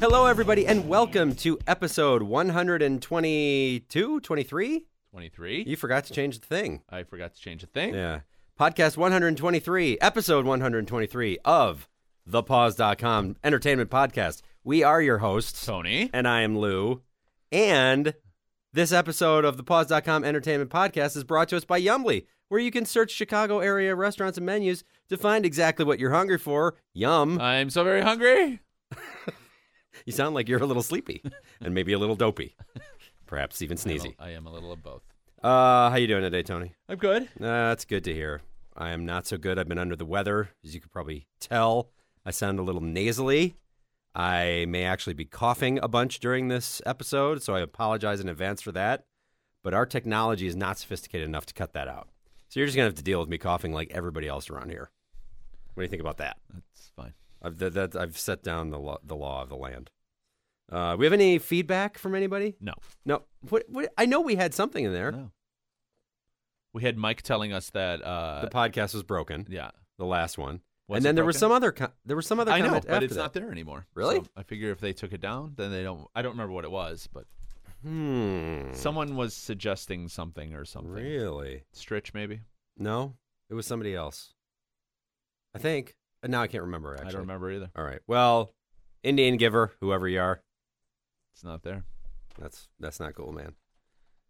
Hello, everybody, and welcome to episode 122, 23. 23. You forgot to change the thing. I forgot to change a thing. Yeah. Podcast 123, episode 123 of thepause.com entertainment podcast. We are your hosts, Tony. and I am Lou. And this episode of the pause.com entertainment podcast is brought to us by Yumly, where you can search Chicago area restaurants and menus to find exactly what you're hungry for. Yum. I'm so very hungry. You sound like you're a little sleepy and maybe a little dopey, perhaps even sneezy. I am a little of both. Uh, how you doing today, Tony? I'm good. Uh, that's good to hear. I am not so good. I've been under the weather, as you could probably tell. I sound a little nasally. I may actually be coughing a bunch during this episode, so I apologize in advance for that. But our technology is not sophisticated enough to cut that out. So you're just going to have to deal with me coughing like everybody else around here. What do you think about that? That's fine. I've, that, that, I've set down the, law the law of the land. Uh, we have any feedback from anybody? No. No. What, what, I know we had something in there. No. We had Mike telling us that. Uh, The podcast was broken, yeah. the last one. Was and it then there was broken? some other co- there was some other I know, comment but after it's that. not there anymore. Really? So I figure if they took it down, then they don't. I don't remember what it was, but Hmm. someone was suggesting something or something. Really? Stritch, maybe. No, it was somebody else. I think. Uh, Now I can't remember. Actually, I don't remember either. All right. Well, Indian giver, whoever you are, It's not there. that's that's not cool, man.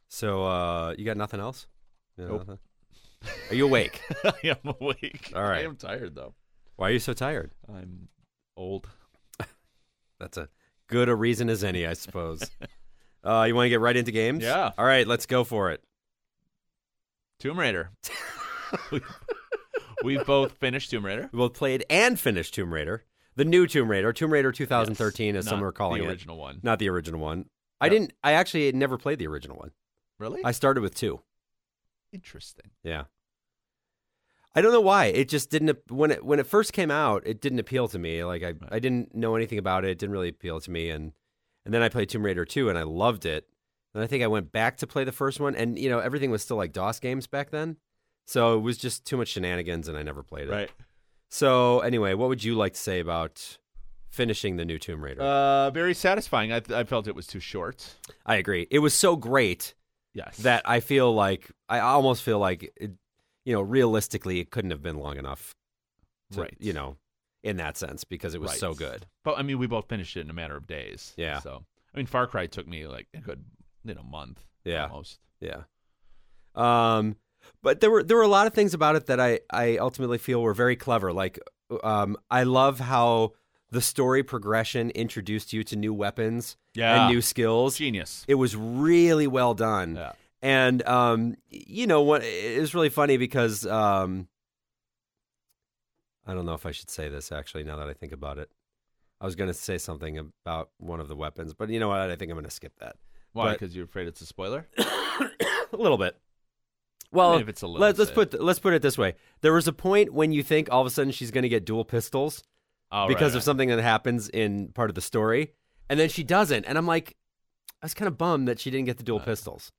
So uh, you got nothing else? You got Nope. nothing? Are you awake? I am awake. All right. I am tired though. Why are you so tired? I'm old. That's a good a reason as any, I suppose. uh, you want to get right into games? Yeah. All right, let's go for it. Tomb Raider. we, we both finished Tomb Raider. We both played and finished Tomb Raider, the new Tomb Raider, Tomb Raider 2013, as Not some are calling the it. original one. Not the original one. I No. didn't. I actually had never played the original one. Really? I started with two. Interesting. Yeah. I don't know why it just didn't when it when it first came out it didn't appeal to me like I, I didn't know anything about it it didn't really appeal to me and and then I played Tomb Raider 2 and I loved it and I think I went back to play the first one and you know everything was still like DOS games back then so it was just too much shenanigans and I never played it so anyway what would you like to say about finishing the new Tomb Raider Uh, very satisfying. I, I felt it was too short. I agree it was so great Yes. that I feel like I almost feel like it, you know realistically it couldn't have been long enough to, right. you know in that sense because it was Right. so good But I mean, we both finished it in a matter of days. Yeah. So I mean, Far Cry took me like a good you know month. Yeah. Almost. yeah um but there were there were a lot of things about it that I I ultimately feel were very clever like um I love how the story progression introduced you to new weapons Yeah. and Mm. new skills Genius. it was really well done Yeah. and um, you know what? It was really funny because um, I don't know if I should say this actually. Now that I think about it, I was going to say something about one of the weapons, but you know what? I think I'm going to skip that Why? But- Because you're afraid it's a spoiler. a little bit. I Well, mean, if it's a little. let, us bit. put th- let's put it this way: there was a point when you think all of a sudden she's going to get dual pistols Oh, because right, of something that happens in part of the story, and then she doesn't, and I'm like, I was kind of bummed that she didn't get the dual Uh, pistols.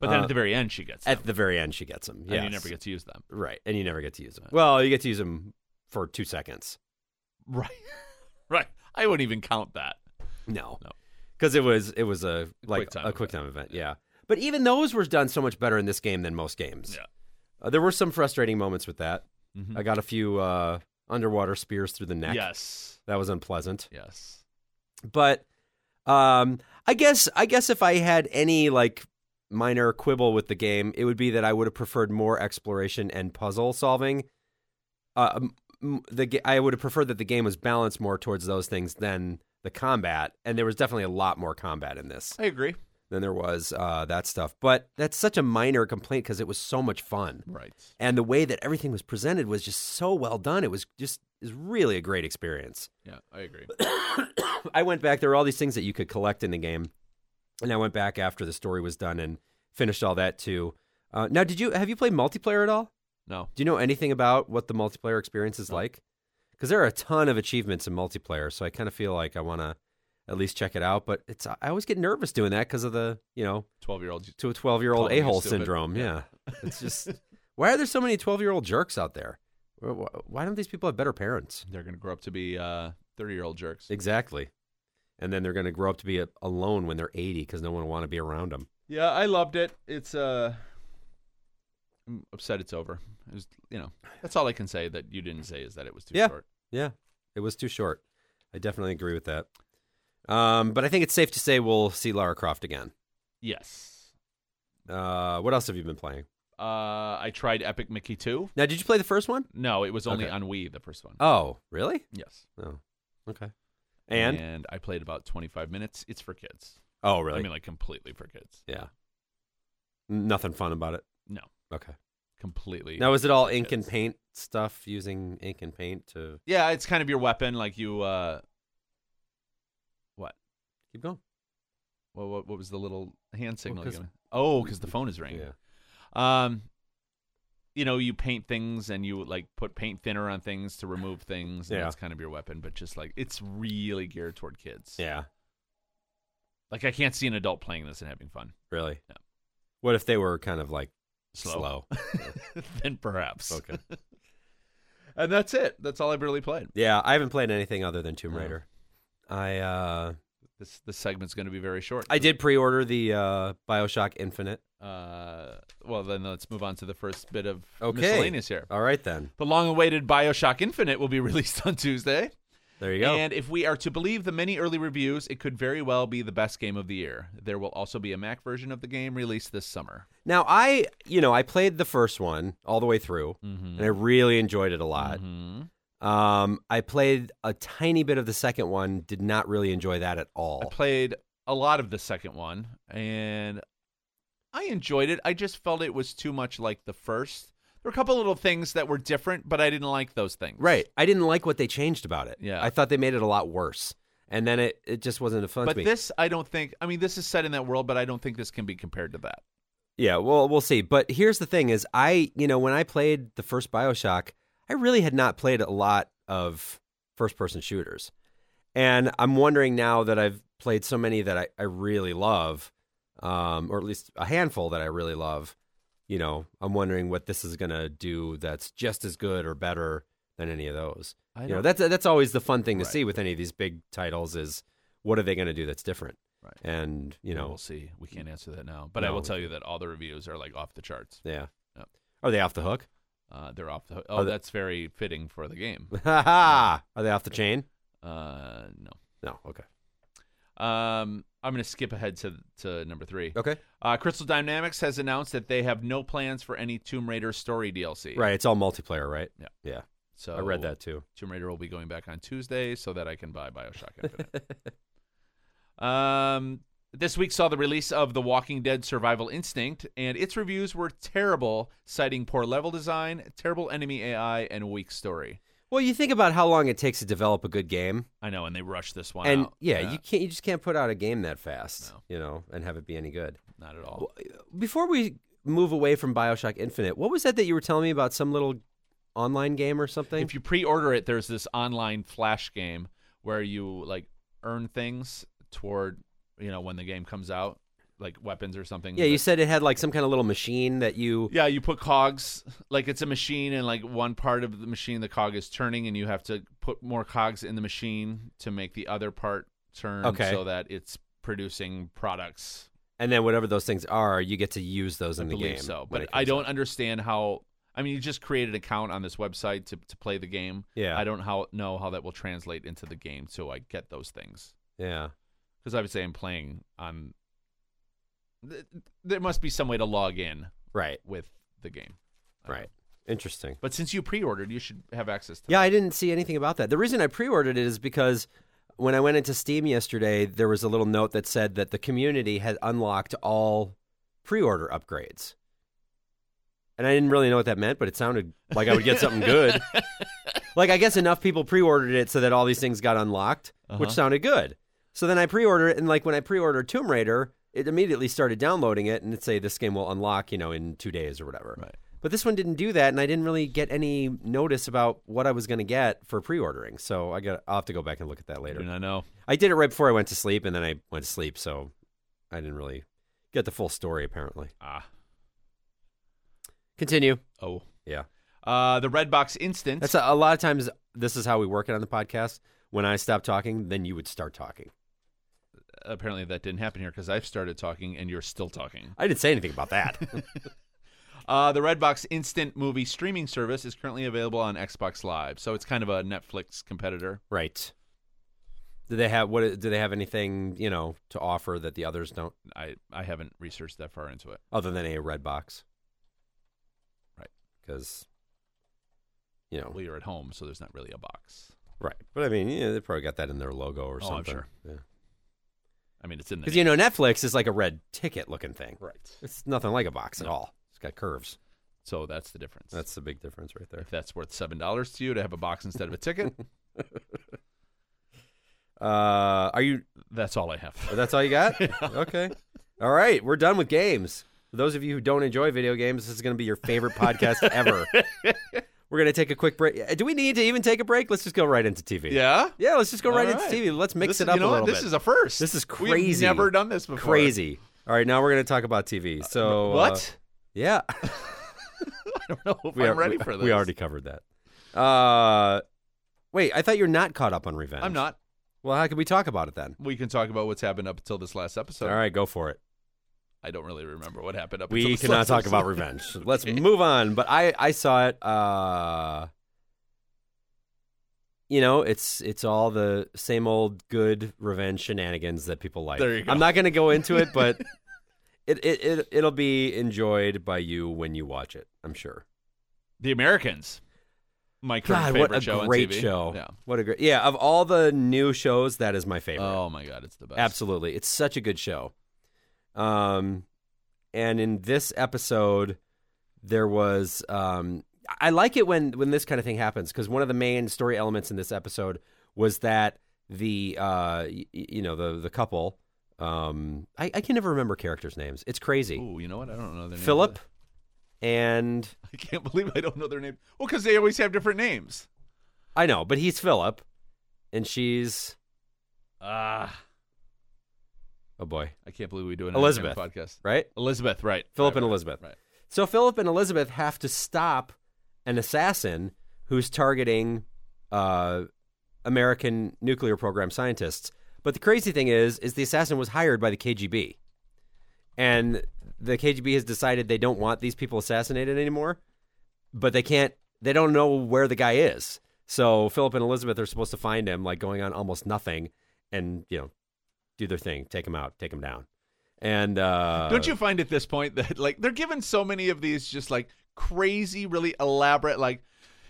But then uh, at the very end, she gets them, At the very end, she gets them. and Yeah, you never get to use them. Right, and you never get to use them. Uh, Well, you get to use them for two seconds. Right. right. I wouldn't even count that. No, No. because it was it was a like time a event. quick time event. Yeah, but even those were done so much better in this game than most games. Yeah. Uh, there were some frustrating moments with that. Mhm. I got a few uh, underwater spears through the neck. Yes. that was unpleasant. Yes. But um, I guess I guess if I had any like minor quibble with the game, it would be that I would have preferred more exploration and puzzle solving. Uh, m- m- the ga- I would have preferred that the game was balanced more towards those things than the combat, and there was definitely a lot more combat in this I agree. than there was uh, that stuff. But that's such a minor complaint because it was so much fun, Right. and the way that everything was presented was just so well done. It was just is really a great experience. Yeah, I agree. I went back. There were all these things that you could collect in the game, and I went back after the story was done and finished all that too. Uh, now, did you have you played multiplayer at all? No. Do you know anything about what the multiplayer experience is No. like? Because there are a ton of achievements in multiplayer, so I kind of feel like I want to at least check it out. But it's I always get nervous doing that because of the you know 12 year olds. to a twelve year old Calling you a hole stupid. syndrome. Yeah. Yeah. it's just why are there so many twelve year old jerks out there? Wh- wh- Why don't these people have better parents? They're going to grow up to be 30 year old uh, jerks. Exactly. and then they're going to grow up to be a, alone when they're 80 because no one will want to be around them. Yeah, I loved it. It's uh I'm upset it's over. It was, you know, that's all I can say that you didn't say is that it was too Yeah. short. Yeah, it was too short. I definitely agree with that. Um, but I think it's safe to say we'll see Lara Croft again. Yes. Uh, what else have you been playing? Uh I tried Epic Mickey 2. Now, did you play the first one? No, it was only Okay. on Wii the first one. Oh, really? yes. Oh, okay. And, and I played about 25 minutes. It's for kids. oh, really? I mean like completely for kids. yeah. Nothing fun about it. No. Okay. Completely. Now, is it all for ink and kids. paint stuff using ink and paint to Yeah, it's kind of your weapon like you uh what? keep going? What what, what was the little hand signal? 'cause- you gave me? oh, cuz the phone is ringing. Yeah. Um, you know, you paint things and you like put paint thinner on things to remove things. And Yeah. That's kind of your weapon, but just like it's really geared toward kids. Yeah. Like I can't see an adult playing this and having fun. Really? Yeah. What if they were kind of like Slow. slow? then perhaps. Okay. And that's it. That's all I've really played. yeah, I haven't played anything other than Tomb No. Raider. I uh This this segment's going to be very short. I did pre-order the uh BioShock Infinite. Uh, well, then let's move on to the first bit of Okay. miscellaneous here. All right then. The long-awaited BioShock Infinite will be released on Tuesday. There you go. And if we are to believe the many early reviews, it could very well be the best game of the year. There will also be a Mac version of the game released this summer. now I, you know, I played the first one all the way through Mm-hmm. and I really enjoyed it a lot. Um I played a tiny bit of the second one, did not really enjoy that at I all. played a lot of the second one, and I enjoyed it. I just felt it was too much like the first. There were a couple little things that were different, but I didn't like those things. right. I didn't like what they changed about it. Yeah. I thought they made it a lot worse. And then it, it just wasn't a fun But to me. this, I don't think. I mean, this is set in that world, but I don't think this can be compared to that. Yeah, well, we'll see. But here's the thing: is I, you know, when I played the first Bioshock, I really had not played a lot of first-person shooters, and I'm wondering now that I've played so many that I, I really love, um, or at least a handful that I really love. You know, I'm wondering what this is gonna do that's just as good or better than any of those. I You know, don't- that's that's always the fun thing to Right. see with any of these big titles is what are they gonna do that's different? Right. And you know, we'll see. We can't answer that now, but I No, will we tell you that all the reviews are like off the charts. yeah, Yep. are they off the hook? Uh, they're off the hook. Are Oh, the- that's very fitting for the game. Ha ha! Are they off the chain? Uh, no. No. Okay. Um, I'm going to skip ahead to to number three. Okay. Uh, Crystal Dynamics has announced that they have no plans for any Tomb Raider story DLC. Right. It's all multiplayer, right? Yeah. Yeah. So I read that too. Tomb Raider will be going back on Tuesday, so that I can buy Bioshock Infinite. um, this week saw the release of The Walking Dead: Survival Instinct, and its reviews were terrible, citing poor level design, terrible enemy AI, and weak story. Well, you think about how long it takes to develop a good game, I know, and they rushed this one. and out. yeah, you can't. You just can't put out a game that fast, No. you know, and have it be any good. not at all. Before we move away from Bioshock Infinite, what was that that you were telling me about? Some little online game or something? If you pre-order it, there's this online flash game where you like earn things toward you know when the game comes out, like weapons or something. yeah, you that- said it had like some kind of little machine that you. yeah, you put cogs like it's a machine, and like one part of the machine, the cog is turning, and you have to put more cogs in the machine to make the other part turn, Okay. so that it's producing products. And then whatever those things are, you get to use those in I the believe game. so, when but it I comes don't out. understand how. I mean, you just create an account on this website to, to play the game. Yeah. I don't how, know how that will translate into the game, so I get those things. yeah. Because obviously, I'm playing on. Th- There must be some way to log in Right. with the game, I don't Right. know. Interesting. But since you pre-ordered, you should have access to. Yeah, I didn't see anything about that. The reason I pre-ordered it is because when I went into Steam yesterday, there was a little note that said that the community had unlocked all pre-order upgrades. And I didn't really know what that meant, but it sounded like I would get something good. Like I guess enough people pre-ordered it so that all these things got unlocked, which Uh-huh. sounded good. So then I pre-ordered it and like when I pre-ordered Tomb Raider, it immediately started downloading it and it say this game will unlock, you know, in 2 days or whatever. Right. But this one didn't do that, and I didn't really get any notice about what I was going to get for pre-ordering. So I got I'll have to go back and look at that I later. do not know. I did it right before I went to sleep, and then I went to sleep, so I didn't really get the full story. Apparently, Ah, continue. oh, Yeah, uh, the Redbox instance. that's a, a lot of times. This is how we work it on the podcast. When I stop talking, then you would start talking. apparently that didn't happen here because I've started talking and you're still talking. I didn't say anything about that. Uh, the Redbox Instant Movie Streaming Service is currently available on Xbox Live, so it's kind of a Netflix competitor. right. Do they have what? Do they have anything you know to offer that the others don't, I I haven't researched that far into it. other than a red box? Right. Because you know, We are at home, so there's not really a box. right. But I mean, yeah, they probably got that in their logo or Oh, I'm something. sure. Because I mean, it's in the you know, Netflix is like a red ticket looking thing. right. It's nothing like a box at No. all. It's got curves. So that's the difference. That's the big difference right there. if that's worth seven dollars to you to have a box instead of a ticket. Uh, are you? That's all I have. That's all you got? Okay. All right, we're done with games. For those of you who don't enjoy video games, this is going to be your favorite podcast ever. We're going to take a quick break. Do we need to even take a break? Let's just go right into TV. yeah. Yeah, let's just go All right, right. into TV. Let's mix This- it up you know a what? little this bit. is a first. This is We've crazy. never done this before. crazy. All right, now we're going to talk about TV. So uh, What? yeah, I don't know if we I'm are- ready we- for this. We already covered that. Uh, wait, I thought you're not caught up on Revenge. I'm not. Well, how can we talk about it then? We can talk about what's happened up until this last episode. All right, go for it. I don't really remember what happened up. until we this cannot last talk about episode. revenge. Let's move on. But I, I saw it. Uh, you know, it's it's all the same old good revenge shenanigans that people like. There you go. I'm not going to go into it, but it, it it it'll be enjoyed by you when you watch it. I'm sure. The Americans. My current God, favorite what a show great on TV. show! Yeah. What a great yeah. Of all the new shows, that is my favorite. Oh my God, it's the best. Absolutely. It's such a good show. Um and in this episode there was um I like it when when this kind of thing happens cuz one of the main story elements in this episode was that the uh y- y- you know the the couple um I, I can never remember characters names. It's crazy. Ooh, you know what? I don't know their name. Philip and I can't believe I don't know their name. Well, because they always have different names. I know, but he's Philip and she's Ah, oh boy, I can't believe we do an Elizabeth. podcast. right? Elizabeth, right? Philip Right, and right, Elizabeth. Right. So Philip and Elizabeth have to stop an assassin who's targeting uh, American nuclear program scientists. But the crazy thing is, is the assassin was hired by the KGB, and the KGB has decided they don't want these people assassinated anymore. But they can't. They don't know where the guy is. So Philip and Elizabeth are supposed to find him, like going on almost nothing, and you know, do their thing, take him out, take him down. And uh, Don't you find at this point that like they're given so many of these just like crazy, really elaborate like.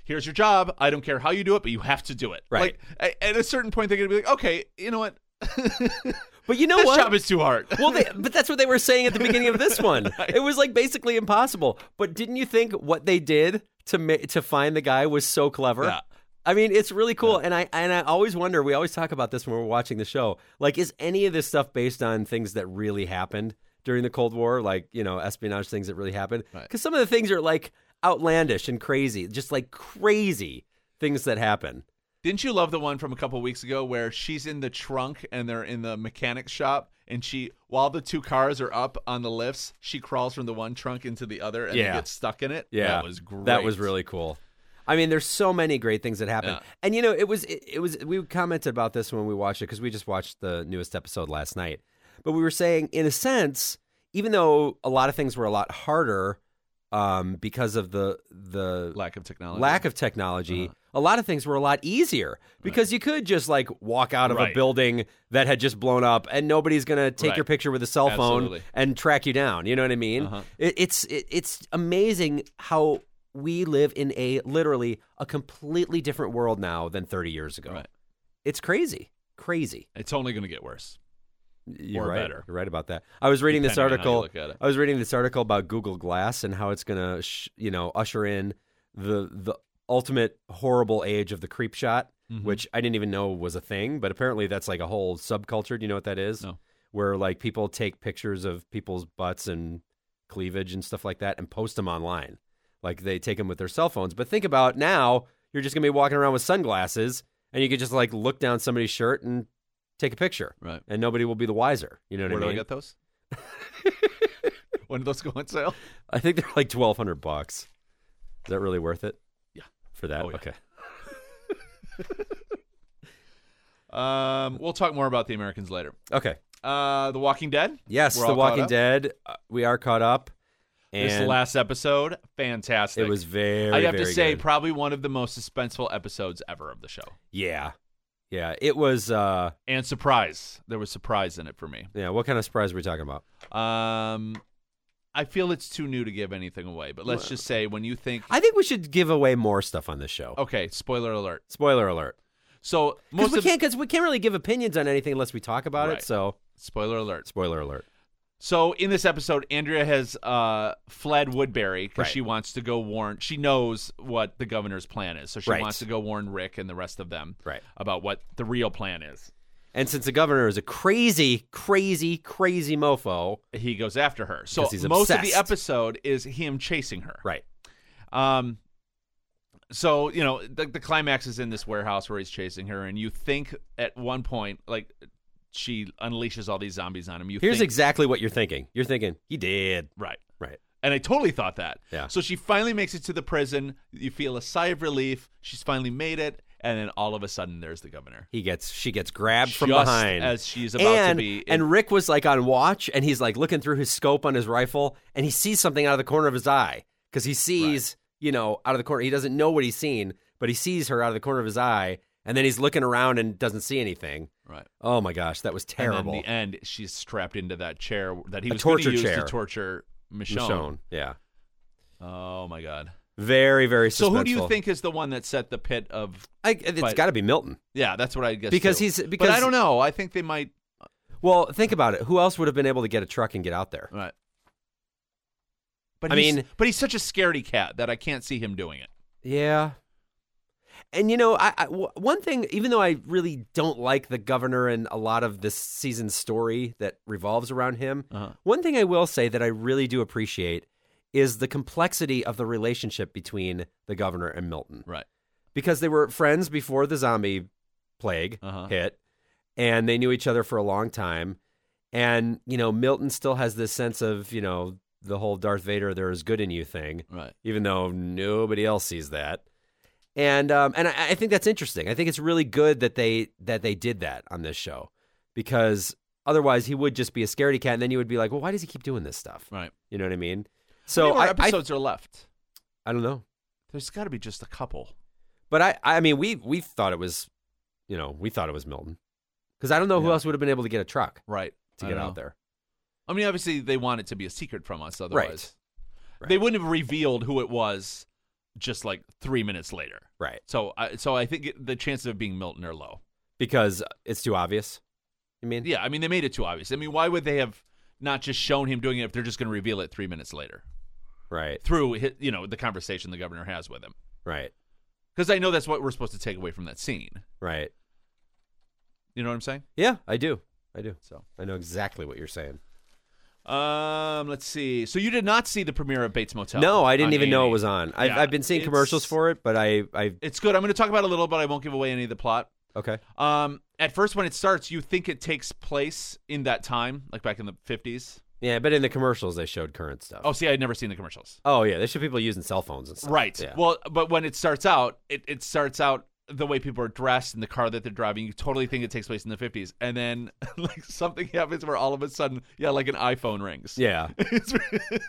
Here's your job. I don't care how you do it, but you have to do it. Right. Like, a- at a certain point, they're gonna be like, "Okay, you know what? But you know this what? job is too hard." Well, they, but that's what they were saying at the beginning of this one. Right. It was like basically impossible. But didn't you think what they did to ma- to find the guy was so clever? Yeah. I mean, it's really cool, and I and I always wonder. We always talk about this when we're watching the show. Like, is any of this stuff based on things that really happened during the Cold War? Like, you know, espionage things that really happened? Because Right. some of the things are like outlandish and crazy, just like crazy things that happen. Didn't you love the one from a couple weeks ago where she's in the trunk and they're in the mechanic shop and she while the two cars are up on the lifts, she crawls from the one trunk into the other and Yeah. they get stuck in it? Yeah, That was great. That was really cool. I mean, there's so many great things that happen, Yeah. and you know, it was it, it was we commented about this when we watched it because we just watched the newest episode last night, but we were saying in a sense, even though a lot of things were a lot harder um, because of the the lack of technology. lack of technology, Uh-huh. a lot of things were a lot easier because you could just like walk out of a Right. building that had just blown up and nobody's gonna take Right. your picture with a cell phone Absolutely. and track you down. You know what I mean? Uh-huh. It, it's it, it's amazing how we live in a literally a completely different world now than 30 years ago. Right. It's crazy, crazy. It's only gonna get worse. You're Or right. better. You're right about that. I was reading this depending on how you article. look at it. I was reading this article about Google Glass and how it's going to, sh- you know, usher in the the ultimate horrible age of the creep shot, Mhm. which I didn't even know was a thing, but apparently that's like a whole subculture. Do you know what that is? No. Where like people take pictures of people's butts and cleavage and stuff like that and post them online. Like they take them with their cell phones. But think about now, you're just going to be walking around with sunglasses and you could just like look down somebody's shirt and take a picture Right. and nobody will be the wiser. You know what Where I do I mean? get those? when do those go on sale? I think they're like twelve hundred bucks. Is that really worth it? Yeah. For that? Oh, yeah. Okay. Um, we'll talk more about the Americans later. Okay. Uh, The Walking Dead. Yes, We're The all caught Walking up. Dead. uh, We are caught up. And This last episode, fantastic. it was very. I have to very say, good. probably one of the most suspenseful episodes ever of the show. yeah, yeah. It was. uh And surprise, there was surprise in it for me. Yeah. What kind of surprise were we talking about? Um, I feel it's too new to give anything away, but let's just say when you think, I think we should give away more stuff on this show. okay, spoiler alert. Spoiler alert. So Because Oh. most we of can't. Because we can't really give opinions on anything unless we talk about Right. it. So spoiler alert. spoiler alert. So in this episode, Andrea has uh, fled Woodbury because Right. she wants to go warn. She knows what the governor's plan is, so she Right. wants to go warn Rick and the rest of them Right. about what the real plan is. And since the governor is a crazy, crazy, crazy mofo. He goes after her. So 'Cause he's most of the obsessed. episode is him chasing her. Right. Um, so you know the, the climax is in this warehouse where he's chasing her, and you think at one point like she unleashes all these zombies on him. You Here's think, exactly what you're thinking. You're thinking he did. right, Right. and I totally thought that. Yeah. So she finally makes it to the prison. You feel a sigh of relief. She's finally made it, and then all of a sudden there's the governor. He gets. She gets grabbed from Just behind as she's about and, to be, in- And Rick was like on watch, and he's like looking through his scope on his rifle, and he sees something out of the corner of his eye because he sees, you know, out of the corner. He doesn't know what he's seen, but he sees her out of the corner of his eye, and then he's looking around and doesn't see anything. right. Oh my gosh, that was And terrible. in the end, she's strapped into that chair that he A was going torture to use chair. to torture Michonne. Michonne, yeah, Oh my god. very very. Suspenseful. So who do you think is the one that set the pit of I, it's but- got to be Milton Yeah, that's what I guess. because too. he's because but I don't know. I think they might. Well, think about it. Who else would have been able to get a truck and get out there? Right. But I he's- mean- but he's such a scaredy cat that I can't see him doing it. Yeah. And you know, I, I w- one thing, even though I really don't like the governor and a lot of this season's story that revolves around him, Uh-huh. one thing I will say that I really do appreciate is the complexity of the relationship between the governor and Milton, Right. because they were friends before the zombie plague Uh-huh. hit, and they knew each other for a long time. And you know, Milton still has this sense of you know the whole Darth Vader "there is good in you" thing Right. even though nobody else sees that. And um, and I, I think that's interesting. I think it's really good that they that they did that on this show because otherwise he would just be a scaredy cat, and then you would be like, well, why does he keep doing this stuff? Right. You know what I mean? How So many more I, I episodes are left. I don't know, There's got to be just a couple. but I I mean we we thought it was, you know, we thought it was Milton because I don't know who Yeah. else would have been able to get a truck Right. to I get don't out know. there. I mean, obviously they want it to be a secret from us. Otherwise, Right. they wouldn't have revealed who it was. Just like three minutes later. Right, So, I, so I think it- the chances of being Milton are low. because it's too obvious. You mean? Yeah, I mean they made it too obvious. I mean, why would they have not just shown him doing it if they're just going to reveal it three minutes later? Right, through hi- you know the conversation the governor has with him right, because i know that's what we're supposed to take away from that scene right. you know what i'm saying Yeah, I do, I do. so I know exactly what you're saying. um let's see so you did not see the premiere of bates motel No, I on didn't even know it A&E. was on. I've, Yeah, I've been seeing it's- commercials for it, but I, I it's good i'm going to talk about it a little but i won't give away any of the plot okay, um at first when it starts you think it takes place in that time like back in the 50s yeah. But in the commercials, they showed current stuff. oh see i'd never seen the commercials Oh, yeah, they show people using cell phones and stuff. right Yeah. well but when it starts out it, it starts out the way people are dressed and the car that they're driving you totally think it takes place in the 50s and then like something happens where all of a sudden yeah like an iphone rings yeah. It's-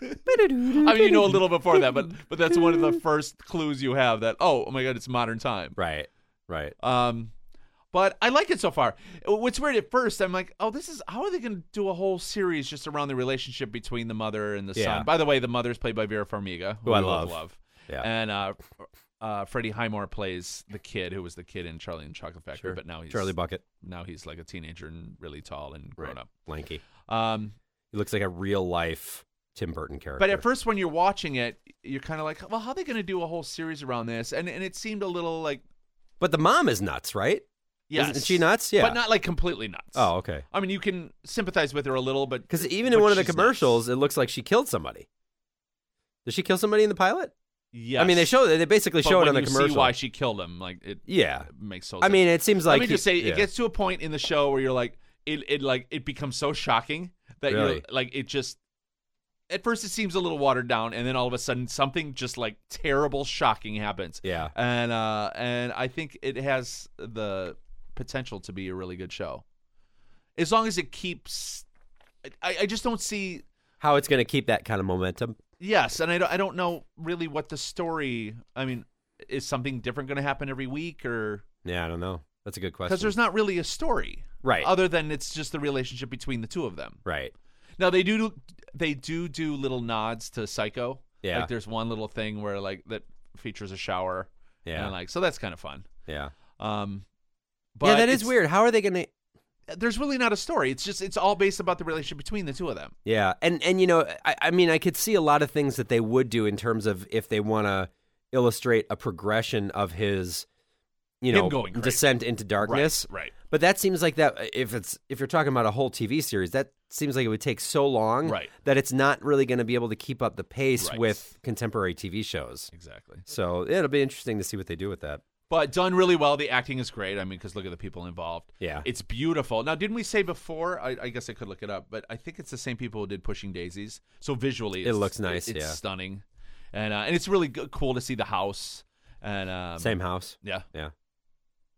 I mean, you know a little before that, but but that's one of the first clues you have that oh, oh my god, it's modern time. Right. Right. Um, but I like it so far. What's weird at first, I'm like, oh, this is how are they going to do a whole series just around the relationship between the mother and the Yeah. son? By the way, the mother's played by Vera Farmiga, Who I we both love. love. Yeah. and uh, uh, Freddie Highmore plays the kid who was the kid in Charlie and the Chocolate Factory, Sure. but now he's Charlie Bucket, now he's like a teenager and really tall and grown Right. up. lanky. Um, He looks like a real life Tim Burton character. But at first, when you're watching it, you're kind of like, well, how are they going to do a whole series around this? And and it seemed a little like, But the mom is nuts, right? yes, Isn't she nuts? Yeah. but not like completely nuts. Oh, okay. I mean, you can sympathize with her a little, but Because even in But one of the she's nuts. commercials, it looks like she killed somebody. Did she kill somebody in the pilot? yeah, I mean, they show they basically but show when it on the you commercial. See why she killed him? Like it yeah. makes so. I mean, it seems like let me just say, he- yeah. it gets to a point in the show where you're like, it it like it becomes so shocking that you're Really? like, it just. At first, it seems a little watered down, and then all of a sudden, something just like terrible, shocking happens. yeah. and uh, and I think it has the potential to be a really good show. as long as it keeps. I, I just don't see How it's going to keep that kind of momentum? Yes, and I don't, I don't know really what the story. I mean, is something different going to happen every week, or Yeah, I don't know. That's a good question. because there's not really a story, Right. Other than it's just the relationship between the two of them. right. Now they do they do do little nods to Psycho. Yeah. like there's one little thing where like that features a shower. Yeah. and like so that's kind of fun. yeah. Um, but Yeah, that is it's- weird. How are they going to There's really not a story. It's just it's all based about the relationship between the two of them. Yeah, and and you know, I, I mean, I could see a lot of things that they would do in terms of if they want to illustrate a progression of his, you Him know, going crazy. descent into darkness. Right, But that seems like that if it's if you're talking about a whole TV series, that seems like it would take so long Right. that it's not really going to be able to keep up the pace Right. with contemporary TV shows. exactly. So it'll be interesting to see what they do with that. But done really well. The acting is great. I mean, because look at the people involved. Yeah. It's beautiful. Now, didn't we say before? I, I guess I could look it up, but I think it's the same people who did Pushing Daisies. So visually, it's, looks nice, it's yeah. stunning, and uh, and it's really good, cool to see the house. And um, Same house, yeah.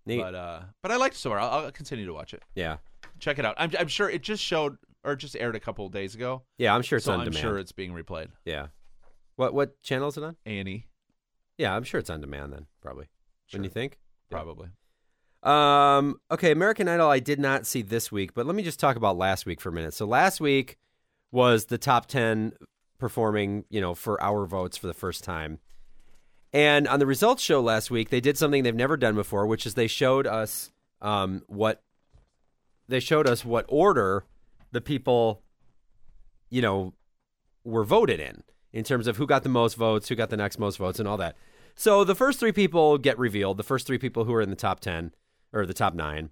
neat. But uh, but I liked it so far. I'll, I'll continue to watch it. yeah, Check it out. I'm, I'm sure it just showed or just aired a couple days ago. yeah. I'm sure it's so on I'm demand. sure it's being replayed. Yeah. What what channel is it on? Annie, Yeah, I'm sure it's on demand then, probably. Sure. Wouldn't you think? probably. Um, okay, American Idol I did not see this week, but let me just talk about last week for a minute. So last week was the top 10 performing, you know, for our votes for the first time. And on the results show last week, they did something they've never done before, which is they showed us um, what they showed us what order the people, you know, were voted in in terms of who got the most votes, who got the next most votes, and all that. So the first three people get revealed. The first three people who are in the top ten or the top nine,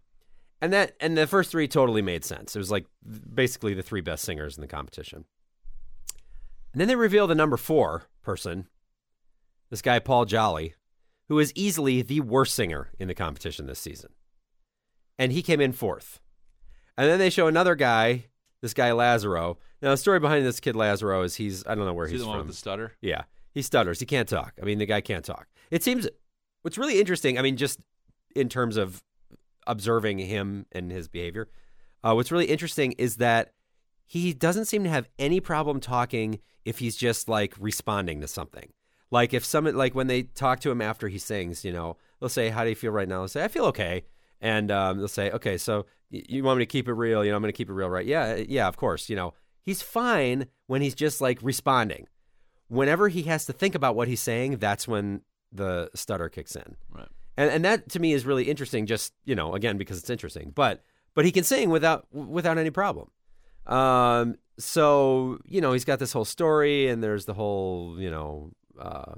and that and the first three totally made sense. It was like th- basically the three best singers in the competition. And then they reveal the number four person, this guy Paul Jolly, who is easily the worst singer in the competition this season, and he came in fourth. And then they show another guy, this guy Lazaro. Now the story behind this kid Lazaro is he's I don't know where Is he he's the one from. with the stutter? Yeah. He stutters. He can't talk. I mean, the guy can't talk. It seems what's really interesting, I mean, just in terms of observing him and his behavior, uh, what's really interesting is that he doesn't seem to have any problem talking if he's just like responding to something. Like if someone like when they talk to him after he sings, you know, they'll say, "How do you feel right now?" They'll say, "I feel okay," and um, they'll say, "Okay, so y- you want me to keep it real? You know, I'm going to keep it real, right? Yeah, yeah, of course. You know, he's fine when he's just like responding. Whenever he has to think about what he's saying, that's when the stutter kicks in Right. and and that to me is really interesting. Just you know, again because it's interesting, but but he can sing without without any problem. Um, so you know, he's got this whole story, and there's the whole you know, uh,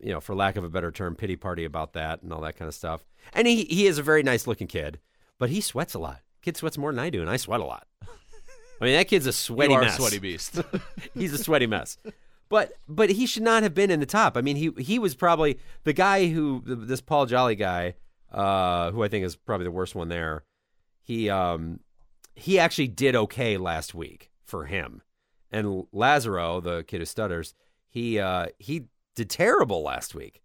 you know, for lack of a better term, pity party about that and all that kind of stuff. And he he is a very nice looking kid, but he sweats a lot. Kid sweats more than I do, and I sweat a lot. I mean, that kid's a sweaty you are mess a sweaty beast. he's a sweaty mess. But but he should not have been in the top. I mean, he he was probably the guy who this Paul Jolly guy, uh, who I think is probably the worst one there. He um he actually did okay last week for him, and Lazaro, the kid who stutters, he uh he did terrible last week,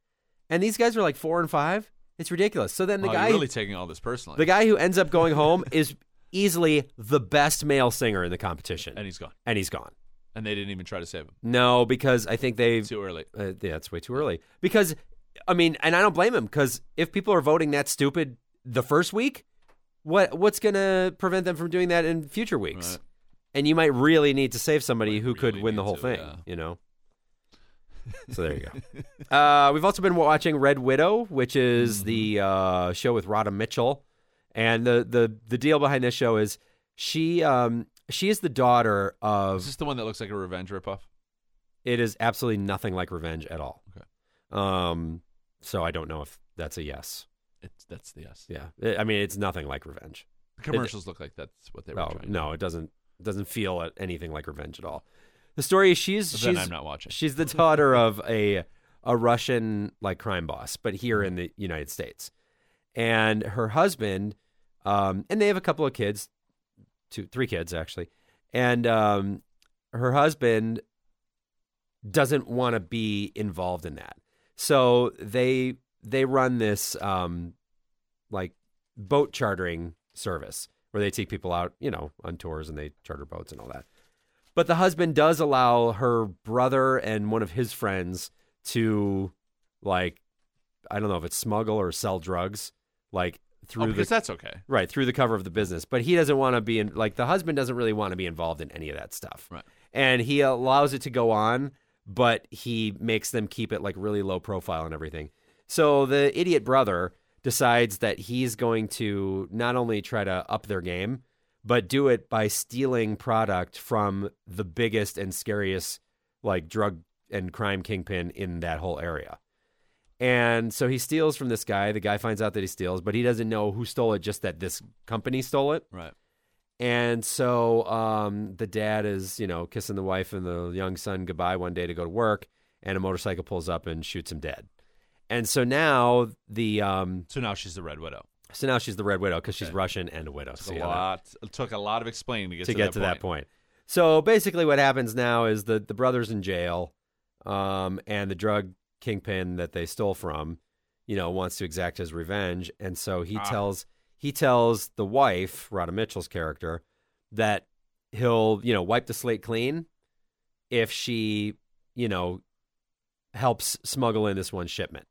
and these guys are like four and five. It's ridiculous. So then the Wow, guy you're Oh, really taking all this personally. the guy who ends up going home is easily the best male singer in the competition, and he's gone. and he's gone. And they didn't even try to save him. No, because I think they Too early. uh, yeah, it's way too early. Because, I mean, and I don't blame him because if people are voting that stupid the first week, what what's going to prevent them from doing that in future weeks? Right. And you might really need to save somebody Might who could really win the need whole to, thing, yeah. you know? So there you go. uh, we've also been watching Red Widow, which is the Mm-hmm. uh, show with Rhoda Mitchell. And the, the, the deal behind this show is she um, she is the daughter of Is this the one that looks like a revenge ripoff? it is absolutely nothing like revenge at all. Okay. Um, so I don't know if that's a yes. It's, that's the yes. Yeah. I- I mean, it's nothing like revenge. The commercials look like that's what they were No, trying. to no, it doesn't. Doesn't feel a- anything like revenge at all. The story is she's do. she's Then I'm not watching. she's the daughter of a a Russian like crime boss, but here in the United States, and her husband, um, and they have a couple of kids, two, three kids actually, and um, her husband doesn't want to be involved in that, so they they run this um, like boat chartering service where they take people out, you know, on tours and they charter boats and all that. But the husband does allow her brother and one of his friends to, like, I don't know if it's smuggle or sell drugs, like Oh, through the because that's okay. Right, through the cover of the business. But he doesn't want to be in like the husband doesn't really want to be involved in any of that stuff. Right. And he allows it to go on, but he makes them keep it like really low profile and everything. So the idiot brother decides that he's going to not only try to up their game, but do it by stealing product from the biggest and scariest like drug and crime kingpin in that whole area. And so he steals from this guy. The guy finds out that he steals, but he doesn't know who stole it, just that this company stole it. Right. And so um, the dad is, you know, kissing the wife and the young son goodbye one day to go to work, and a motorcycle pulls up and shoots him dead. And so now the um, So now she's the Red Widow. so now she's the Red Widow because she's Okay. Russian and a widow. Took So a yeah, that- lot. It took a lot of explaining to get to, to, get that to point. that point. So basically, what happens now is the the brothers in jail, um, and the drug kingpin that they stole from, you know, wants to exact his revenge, and so he Ah. tells he tells the wife, Rhoda Mitchell's character, that he'll you know wipe the slate clean if she you know helps smuggle in this one shipment.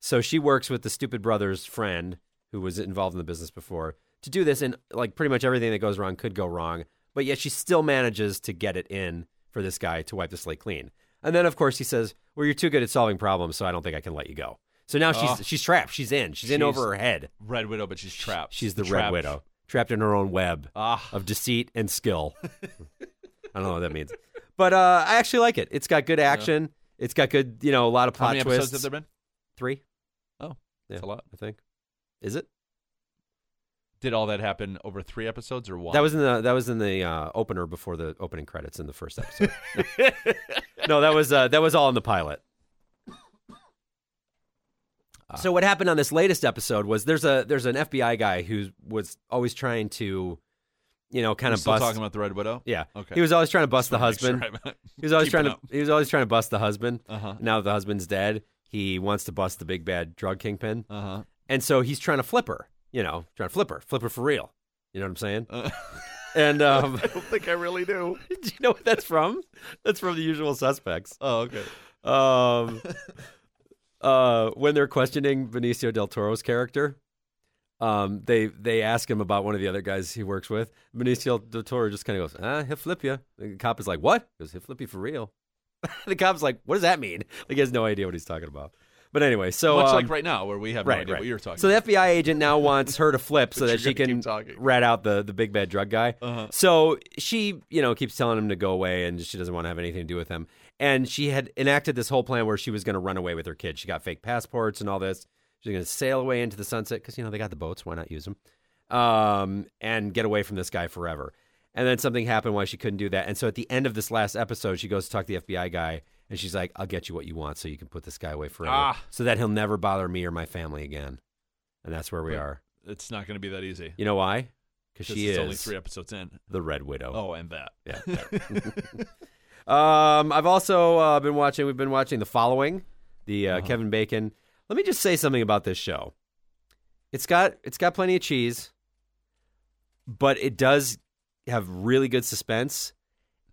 So she works with the stupid brother's friend who was involved in the business before to do this, and like pretty much everything that goes wrong could go wrong, but yet she still manages to get it in for this guy to wipe the slate clean. And then of course he says, "Well, you're too good at solving problems, so I don't think I can let you go." So now she's Oh. she's trapped. She's in. She's in She's over her head. Red Widow, but she's trapped. She's the Red Trapped. Widow, trapped in her own web Ah, of deceit and skill. I don't know what that means, but uh, I actually like it. It's got good action. It's got good, you know, a lot of how plot many twists. episodes have there been? Three, Yeah. That's a lot. I think. Is it? Did all that happen over three episodes or one? That was in the that was in the uh, opener before the opening credits in the first episode. no, that was uh, that was all in the pilot. Ah. So what happened on this latest episode was there's a there's an FBI guy who was always trying to, you know, kind We're of still bust. talking about the Red Widow. yeah, Okay. he was always trying to bust Just the wanna make sure husband. I'm- He was always trying keeping to up. he was always trying to bust the husband. Uh-huh. Now that the husband's dead, he wants to bust the big bad drug kingpin, Uh-huh. and so he's trying to flip her. You know, trying to flip her, flip her for real. You know what I'm saying? Uh, And um, I don't think I really do. Do you know what that's from? That's from The Usual Suspects. Oh, okay. Um, uh, when they're questioning Benicio del Toro's character, um, they they ask him about one of the other guys he works with. Benicio del Toro just kind of goes, "Ah, he'll flip you." The cop is like, "What?" He goes, "He'll flip you for real." the cop's like, "What does that mean?" Like, he has no idea what he's talking about. But anyway, so Much um, like right now, where we have no right, idea right. what you're talking so the FBI agent now wants her to flip so But that you're she gonna can keep talking. rat out the the big bad drug guy. about. Uh-huh. So she, you know, keeps telling him to go away and she doesn't want to have anything to do with him. And she had enacted this whole plan where she was going to run away with her kids. She got fake passports and all this. She's going to sail away into the sunset because, you know, they got the boats. Why not use them? Um, and get away from this guy forever. And then something happened why she couldn't do that. And so at the end of this last episode, she goes to talk to the FBI guy and she's like, I'll get you what you want so you can put this guy away forever Ah. so that he'll never bother me or my family again. And that's where we But- are. It's not going to be that easy. You know why? Because she it's is only three episodes in. the Red Widow. Oh, and that. Yeah. um, I've also uh, been watching. We've been watching the following, the uh, Uh-huh. Kevin Bacon. Let me just say something about this show. It's got it's got plenty of cheese, but it does have really good suspense,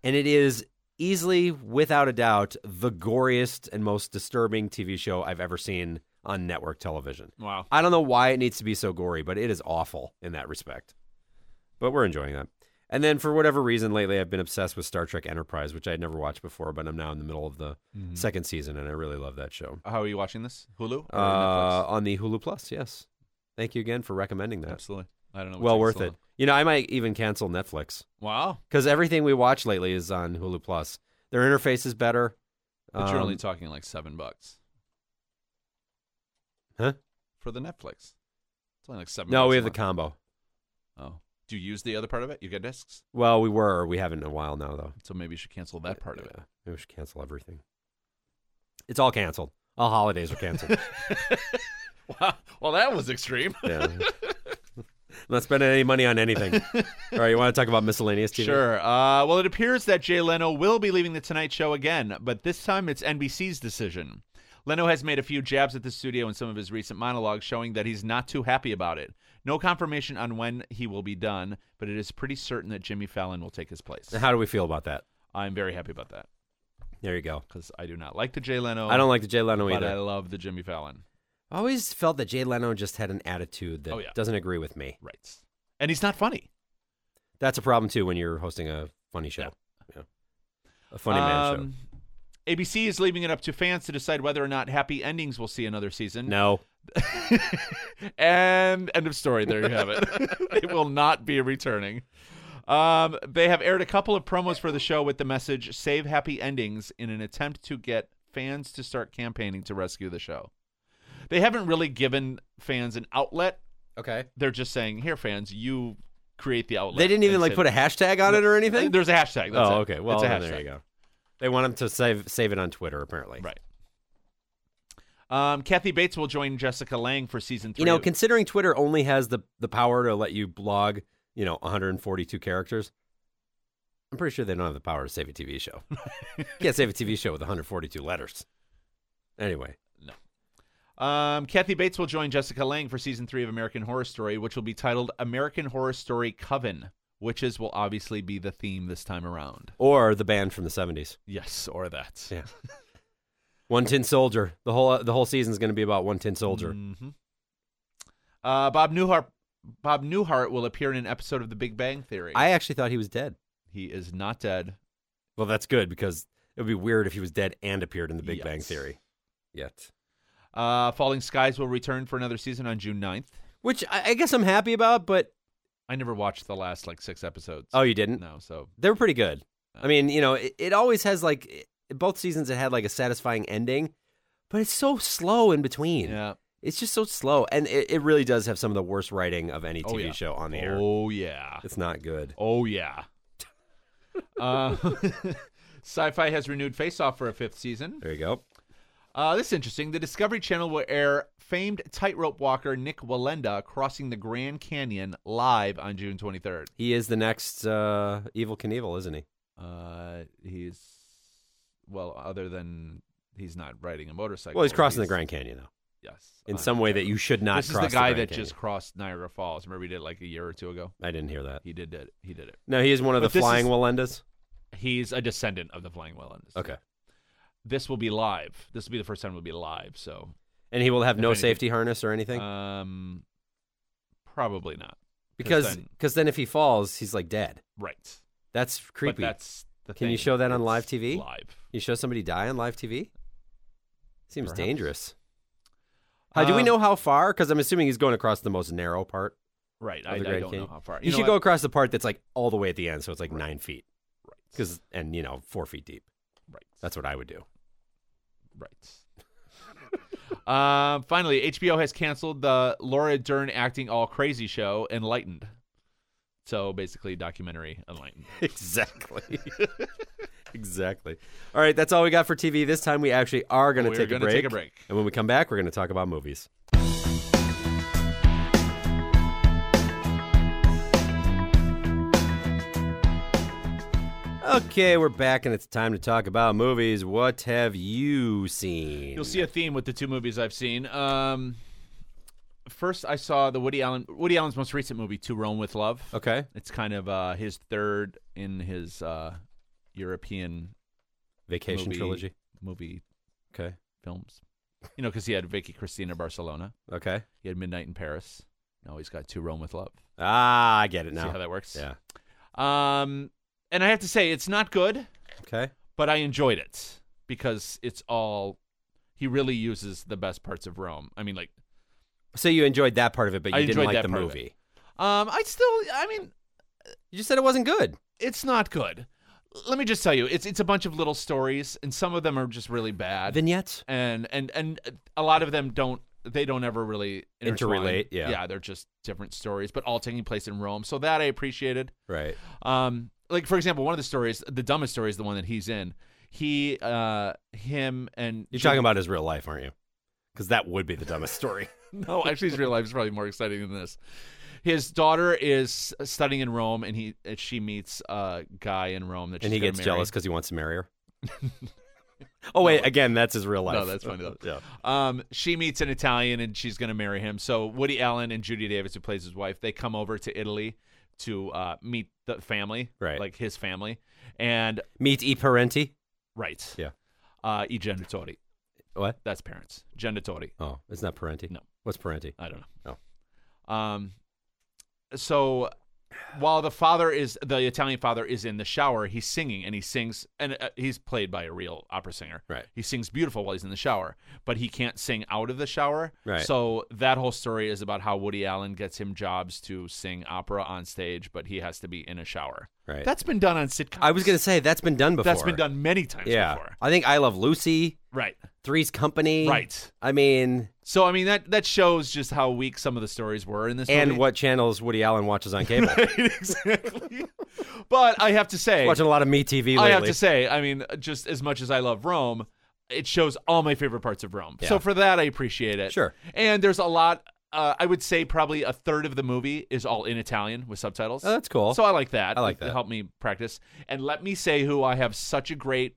and it is easily, without a doubt, the goriest and most disturbing TV show I've ever seen on network television. Wow. I don't know why it needs to be so gory, but it is awful in that respect. But we're enjoying that. And then for whatever reason lately, I've been obsessed with Star Trek Enterprise, which I'd never watched before, but I'm now in the middle of the Mm-hmm. second season, and I really love that show. How are you watching this? Hulu? Or Uh, Netflix? on the Hulu Plus, yes. Thank you again for recommending that. Absolutely. I don't know. what Well takes worth so it. long. You know, I might even cancel Netflix Wow. because everything we watch lately is on Hulu Plus. Their interface is better. But you're Um, only talking like seven bucks. Huh? For the Netflix. It's only like seven no, bucks we a have the month. combo. Oh. Do you use the other part of it? You get discs? Well, we were. We haven't in a while now, though. So maybe you should cancel that part of it. Yeah. Maybe we should cancel everything. It's all canceled. All holidays are canceled. Wow. Well, that was extreme. yeah. Not spending any money on anything. all right, you want to talk about miscellaneous TV? Sure. Uh, well, it appears that Jay Leno will be leaving The Tonight Show again, but this time it's NBC's decision. Leno has made a few jabs at the studio in some of his recent monologues, showing that he's not too happy about it. No confirmation on when he will be done, but it is pretty certain that Jimmy Fallon will take his place. How do we feel about that? I'm very happy about that There you go. because I do not like the Jay Leno. I don't like the Jay Leno but either. I love the Jimmy Fallon. I always felt that Jay Leno just had an attitude that Oh, yeah. doesn't agree with me. Right. And he's not funny. That's a problem too when you're hosting a funny show. Yeah. A funny man Um, ABC is leaving it up to fans to decide whether or not happy endings will see another season. show. No. and end of story. There you have it. they will not be returning. Um, they have aired a couple of promos for the show with the message "Save Happy Endings" in an attempt to get fans to start campaigning to rescue the show. They haven't really given fans an outlet. Okay. They're just saying, "Here, fans, you create the outlet." They didn't even like put a hashtag on it or anything. There's a hashtag. That's oh, it. okay. Well, it's a then hashtag. there you go. They want him to save save it on Twitter apparently. Right. Um, Kathy Bates will join Jessica Lang for season three. You know, considering Twitter only has the the power to let you blog, you know, 142 characters. I'm pretty sure they don't have the power to save a TV show. you can't save a TV show with 142 letters. Anyway, Um, Kathy Bates will join Jessica Lang for season three of American Horror Story, which will be titled American Horror Story Coven. Witches will obviously be the theme this time around. or the band from the 70s. Yes, or that. Yeah. One Tin Soldier. The whole the whole season's going to be about One Tin Soldier. hmm Uh, Bob Newhart. Bob Newhart will appear in an episode of The Big Bang Theory. I actually thought he was dead. he is not dead. Well, that's good because it would be weird if he was dead and appeared in The Big Yes. Bang Theory. Yet, Uh, Falling Skies will return for another season on June 9th. which I, I guess I'm happy about, but I never watched the last like six episodes. oh, you didn't? no, so They were pretty good. I mean, you know, it, it always has like it- both seasons. It had like a satisfying ending, but it's so slow in between. yeah. It's just so slow, and it, it really does have some of the worst writing of any TV Oh, yeah. show on the air. Oh yeah. It's not good. Oh yeah. uh, Sci-Fi has renewed Face Off for a fifth season. There you go. Uh, this is interesting. The Discovery Channel will air famed tightrope walker Nick Walenda crossing the Grand Canyon live on June 23rd. He is the next uh, Evil Knievel, isn't he? Uh, he's well, other than he's not riding a motorcycle. Well, he's crossing the he's- Grand Canyon though, Yes, in on some the way tightrope. that you should not. This is cross the guy Grand that just Canyon. crossed Niagara Falls. Remember, we did it like a year or two ago. I didn't hear that. He did it. He did it. No, he is one of the But this flying is- Walendas. He's a descendant of the Flying Walendas. Okay, this will be live. This will be the first time it'll be live. So, and he will have If no anything. safety harness or anything um, probably not. because then- because then if he falls, he's like dead. Right. That's But creepy. that's the Can you thing. show that on It's live TV? Live. You show somebody die on live TV? Seems Perhaps. dangerous. Uh, do we Um, know how far? Because I'm assuming he's going across the most narrow part. Right. Of I, I the don't Grand know Canyon. how far. You, should go across the part that's like all the way at the end, so it's like nine feet. Right. Because and you know four feet deep. Right. That's what I would do. right. um. Finally, HBO has canceled the Laura Dern acting all crazy show Enlightened. So basically, documentary Enlightened. exactly. exactly. All right, that's all we got for TV. This time we actually are going to We're take a gonna break. take a break. And when we come back, we're going to talk about movies. Okay, we're back, and it's time to talk about movies. What have you seen? You'll see a theme with the two movies I've seen. Um, first, I saw the Woody Allen Woody Allen's most recent movie, To Rome with Love. Okay, It's kind of uh, his third in his uh, European Vacation movie, trilogy. movie Okay, films. You know, because he had Vicky Cristina Barcelona. okay. He had Midnight in Paris. Now he's got To Rome with Love. Ah, I get it See how now. that works? Yeah. Um, and I have to say, it's not good, Okay. but I enjoyed it because it's all. He really uses the best parts of Rome. I mean, like So you enjoyed that part of it, but you I didn't enjoyed like that the part of it. movie. Um, I still, I mean, You just said it wasn't good. it's not good. Let me just tell you, it's it's a bunch of little stories, and some of them are just really bad, Vignettes. and and and a lot of them don't. They don't ever really intertwine. Interrelate, yeah. yeah, they're just different stories, but all taking place in Rome. So that I appreciated. Right. Um, like for example, one of the stories, the dumbest story is the one that he's in. He, uh, him, and You're talking about his real life, aren't you? Because that would be the dumbest story. no, actually, his real life is probably more exciting than this. His daughter is studying in Rome, and he and she meets a guy in Rome that she's and he gonna gets marry. jealous because he wants to marry her. Oh wait, again, that's his real life. No, that's funny, though. yeah. Um, she meets an Italian and she's going to marry him. So Woody Allen and Judy Davis, who plays his wife, they come over to Italy to uh, meet the family, Right. Like his family, and Meet E Parenti. right, Yeah. uh, i genitori. What? That's parents. Genitori. Oh, it's not Parenti. No. Uh, What's Parenti? I don't know. Oh. Um, so while the father is the Italian father is in the shower, he's singing and he sings and uh, he's played by a real opera singer. Right. He sings beautiful while he's in the shower, but he can't sing out of the shower. Right. So that whole story is about how Woody Allen gets him jobs to sing opera on stage, but he has to be in a shower. Right. That's been done on sitcoms. I was gonna say that's been done before. That's been done many times Yeah. before. I think I Love Lucy, Right. Three's Company. Right. I mean, So I mean that that shows just how weak some of the stories were in this and movie. what channels Woody Allen watches on cable? exactly. but I have to say, Watching a lot of Me TV lately. I have to say, I mean, just as much as I love Rome, it shows all my favorite parts of Rome. So Yeah. for that, I appreciate it. Sure. And there's a lot. Uh, I would say probably a third of the movie is all in Italian with subtitles. Oh, that's cool. So I like that. I like It that. helped me practice. And let me say who I have such a great,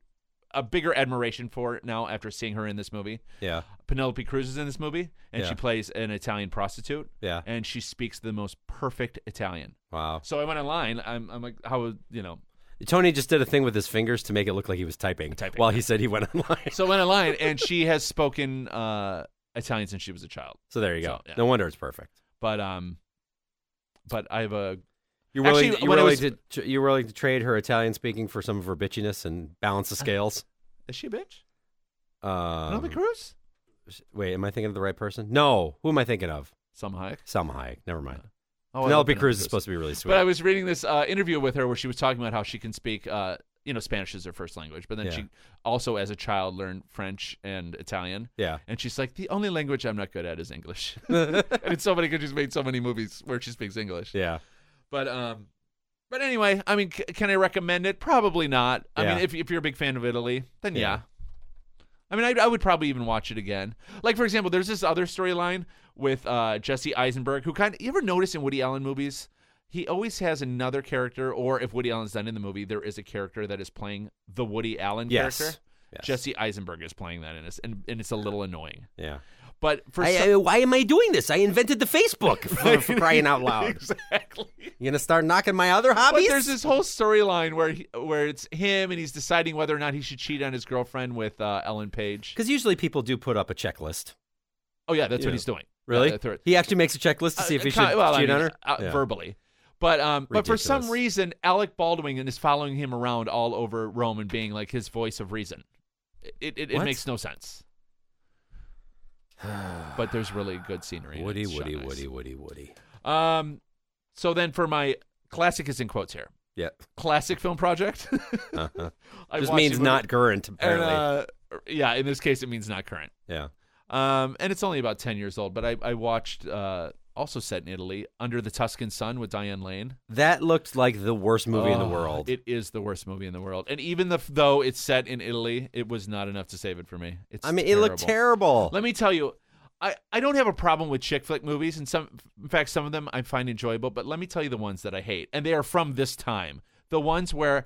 a bigger admiration for now after seeing her in this movie. yeah, Penelope Cruz is in this movie, and Yeah. she plays an Italian prostitute, yeah. and she speaks the most perfect Italian. Wow. So I went online. I'm, I'm like, how you know? Tony just did a thing with his fingers to make it look like he was typing, Typing. while he said he went online. So I went online, and she has spoken uh, Italian since she was a child. So there you go. So, yeah. No wonder it's perfect. But um, but I have a You're Actually, willing, you're when I willing was- to tr- you're willing to trade her Italian speaking for some of her bitchiness and balance Uh, the scales. is she a bitch? Penelope Um, Cruz? wait, am I thinking of the right person? No. Who am I thinking of? Some Hayek. Salma Hayek. Never mind. Oh, I love Penelope Cruz is supposed to be really sweet. But I was reading this uh, interview with her where she was talking about how she can speak. Uh, you know, Spanish is her first language, but then Yeah. she also, as a child, learned French and Italian. yeah. And she's like, the only language I'm not good at is English. and it's so funny because she's made so many movies where she speaks English. Yeah. But um, but anyway, I mean, c- can I recommend it? Probably not. I Yeah. mean, if if you're a big fan of Italy, then yeah. Yeah. I mean, I, I would probably even watch it again. Like for example, there's this other storyline with uh, Jesse Eisenberg, who kind of you ever notice in Woody Allen movies, he always has another character, or if Woody Allen's done in the movie, there is a character that is playing the Woody Allen Yes. character. Yes. Jesse Eisenberg is playing that, and it's and, and it's a little annoying. Yeah. But for I, some- I- why am I doing this? I invented the Facebook for, for crying out loud. exactly. You gonna start knocking my other But hobbies? there's this whole storyline where he, where it's him and he's deciding whether or not he should cheat on his girlfriend with uh, Ellen Page. Because usually people do put up a checklist. Oh yeah, that's Yeah. what he's doing. Really? Yeah, that's right. He actually makes a checklist to see if he Uh, should kind- well, I cheat mean, on her. uh, Yeah. verbally. But um, but for some Ridiculous. reason, Alec Baldwin is following him around all over Rome and being like his voice of reason. It it, it What? makes no sense. but there's really good scenery. and Woody, it's shot Woody, nice. Woody, Woody, Woody. Um, so then for my classic is in quotes here. Yeah. Classic film project. Uh-huh. I Just watched means a movie- not current, And, apparently. uh, yeah, in this case, it means not current. yeah. Um, and it's only about 10 years old, but I, I watched, uh, also set in Italy, Under the Tuscan Sun with Diane Lane. That looked like the worst movie in the Oh, world. It is the worst movie in the world. And even the, though it's set in Italy, it was not enough to save it for me. It's I mean, it looked terrible. Let me tell you, I, I don't have a problem with chick flick movies, and some in fact some of them I find enjoyable. But let me tell you the ones that I hate, and they are from this time. The ones where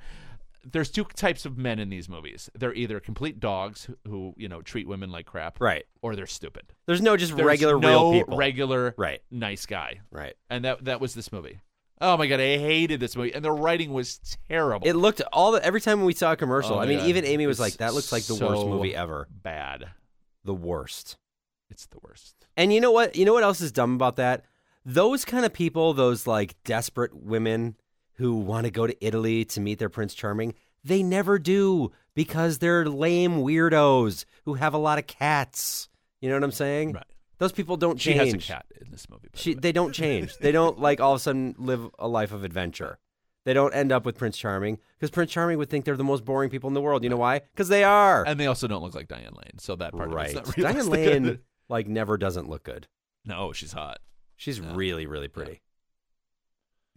there's two types of men in these movies. They're either complete dogs who, who you know treat women like crap, Right. Or they're stupid. There's no just There's regular no real people. regular right. nice guy, Right. and that that was this movie. Oh my god, I hated this movie, and the writing was terrible. It looked all the every time we saw a commercial. Oh I my mean, God. even Amy was It's like, "That looks like the worst so movie ever. bad. The worst." It's the worst. And you know what? You know what else is dumb about that? Those kind of people, those like desperate women who want to go to Italy to meet their Prince Charming, they never do because they're lame weirdos who have a lot of cats. You know what I'm saying? Right. Those people don't She change. has a cat in this movie. by the She, way. they don't change. they don't like all of a sudden live a life of adventure. They don't end up with Prince Charming because Prince Charming would think they're the most boring people in the world. You know why? Because they are. and they also don't look like Diane Lane. So that part right. of it's not Diane realistic. Lane like never doesn't look good. no, she's hot. She's Yeah. really, really pretty.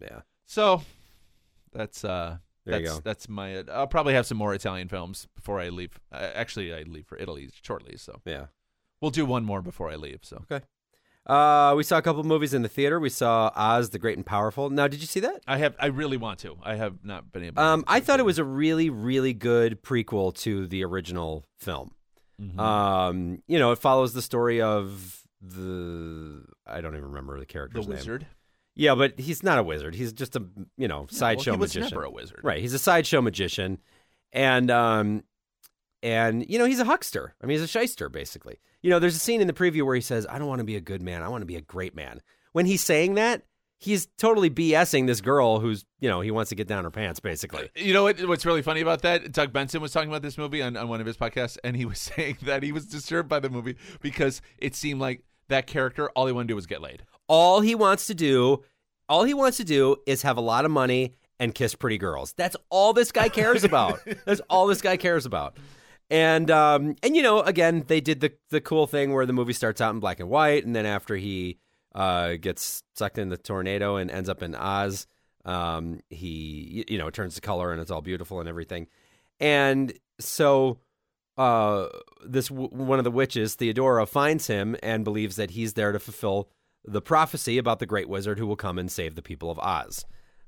Yeah. So that's uh There you that's go. that's my I'll probably have some more Italian films before I leave. Uh, actually, I leave for Italy shortly, so Yeah. we'll do one more before I leave. So Uh, we saw a couple movies in the theater. We saw Oz the Great and Powerful. Now, did you see that? I have. I really want to. I have not been able. to Um, I thought it was a really, really good prequel to the original film. Mhm. Um, you know, it follows the story of the I don't even remember the the character's name. wizard. Yeah, but he's not a wizard. He's just a you know sideshow well, he was magician. never a wizard. Right. He's a sideshow magician, and um, and you know he's a huckster. I mean, he's a shyster basically. You know, there's a scene in the preview where he says, "I don't want to be a good man. I want to be a great man." When he's saying that, he's totally BSing this girl who's you know he wants to get down her pants basically. You know what, what's really funny about that? Doug Benson was talking about this movie on, on one of his podcasts, and he was saying that he was disturbed by the movie because it seemed like that character, all he wanted to do was get laid. All he wants to do, all he wants to do is have a lot of money and kiss pretty girls. That's all this guy cares about. That's all this guy cares about. And um and you know, again, they did the the cool thing where the movie starts out in black and white and then after he uh gets sucked in the tornado and ends up in Oz, um he you know, it turns to color and it's all beautiful and everything. And so uh, this w- one of the witches, Theodora, finds him and believes that he's there to fulfill the prophecy about the great wizard who will come and save the people of Oz.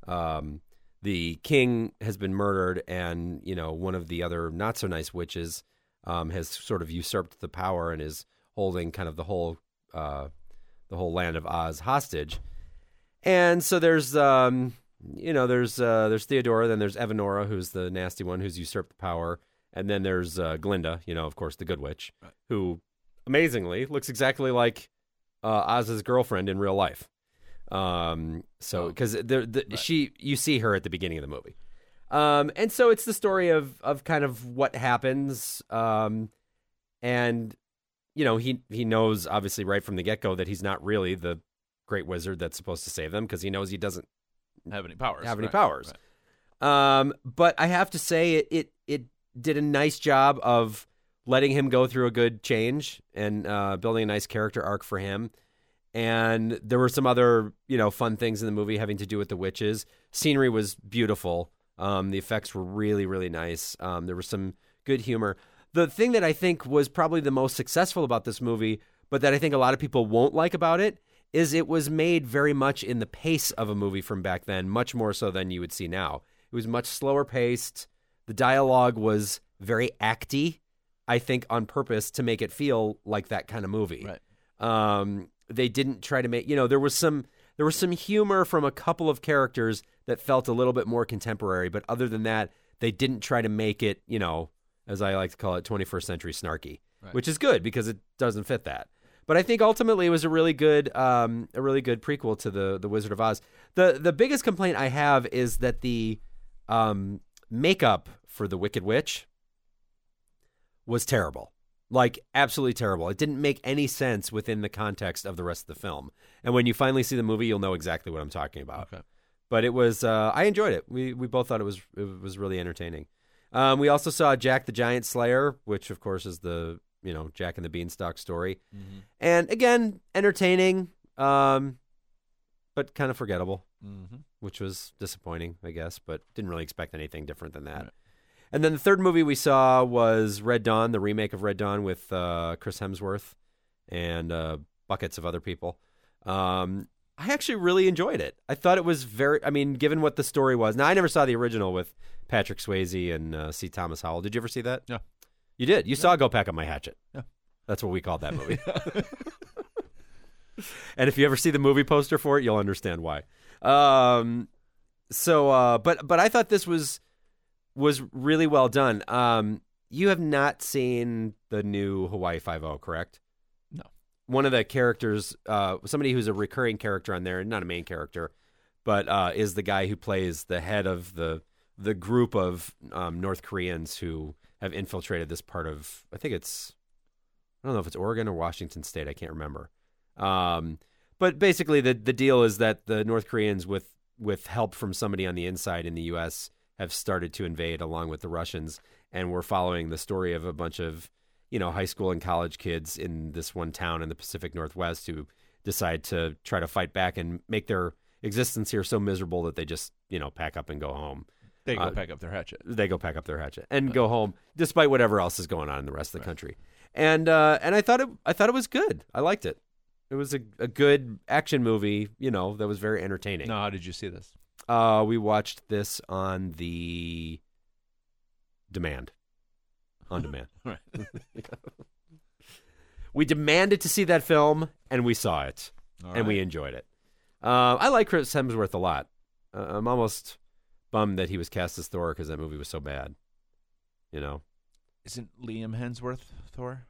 Um, the king has been murdered, and you know one of the other not so nice witches um, has sort of usurped the power and is holding kind of the whole uh, the whole land of Oz hostage. And so there's um you know there's uh there's Theodora, then there's Evanora who's the nasty one who's usurped the power, and then there's uh Glinda, you know, of course the good witch, who amazingly looks exactly like uh Oz's girlfriend in real life. Um so Oh. cuz the, she you see her at the beginning of the movie. Um and so it's the story of of kind of what happens um and you know he he knows obviously right from the get-go that he's not really the great wizard that's supposed to save them because he knows he doesn't Have any powers? have any right, powers. right. Um, but I have to say it, it it did a nice job of letting him go through a good change and uh, building a nice character arc for him. And there were some other you know fun things in the movie having to do with the witches. Scenery was beautiful. Um, the effects were really really nice. Um, there was some good humor. The thing that I think was probably the most successful about this movie, but that I think a lot of people won't like about it, is it was made very much in the pace of a movie from back then, much more so than you would see now. It was much slower paced. The dialogue was very acty, I think, on purpose to make it feel like that kind of movie. Right. Um, they didn't try to make you know there was some there was some humor from a couple of characters that felt a little bit more contemporary, but other than that, they didn't try to make it you know as I like to call it 21st century snarky, Right. which is good because it doesn't fit that. But I think ultimately it was a really good um, a really good prequel to the the Wizard of Oz. the The biggest complaint I have is that the um, makeup for the Wicked Witch was terrible. Like absolutely terrible. It didn't make any sense within the context of the rest of the film. And when you finally see the movie, you'll know exactly what I'm talking about. Okay. But it was uh, I enjoyed it. We we both thought it was it was really entertaining. Um, we also saw Jack the Giant Slayer, which of course is the you know Jack and the Beanstalk story, Mhm. and again entertaining, um, but kind of forgettable Mhm. which was disappointing, I guess, but didn't really expect anything different than that. Right. And then the third movie we saw was Red Dawn, the remake of Red Dawn with uh, Chris Hemsworth and uh, buckets of other people. Um, I actually really enjoyed it. I thought it was very, I mean, given what the story was. Now, I never saw the original with Patrick Swayze and uh, C. Thomas Howell. Did you ever see that? No. You did. You saw Go Pack Up My Hatchet. Yeah. That's what we called that movie. and if you ever see the movie poster for it, you'll understand why. Um, so, uh, but but I thought this was was really well done. Um, you have not seen the new Hawaii Five O, correct? No. One of the characters, uh, somebody who's a recurring character on there, not a main character, but uh, is the guy who plays the head of the the group of um, North Koreans who have infiltrated this part of. I think it's, I don't know if it's Oregon or Washington State. I can't remember. Um, but basically, the the deal is that the North Koreans, with with help from somebody on the inside in the U.S., have started to invade along with the Russians, and we're following the story of a bunch of you know high school and college kids in this one town in the Pacific Northwest who decide to try to fight back and make their existence here so miserable that they just you know pack up and go home They go Uh, pack up their hatchet. they go pack up their hatchet and go home, despite whatever else is going on in the rest of the country. And uh, and I thought it I thought it was good. I liked it. It was a, a good action movie, you know, that was very entertaining. No, how did you see this? Uh, we watched this on the demand. On demand. All right. we demanded to see that film, and we saw it, All and we right. enjoyed it. Uh, I like Chris Hemsworth a lot. Uh, I'm almost bummed that he was cast as Thor because that movie was so bad. You know isn't Liam Hemsworth Thor?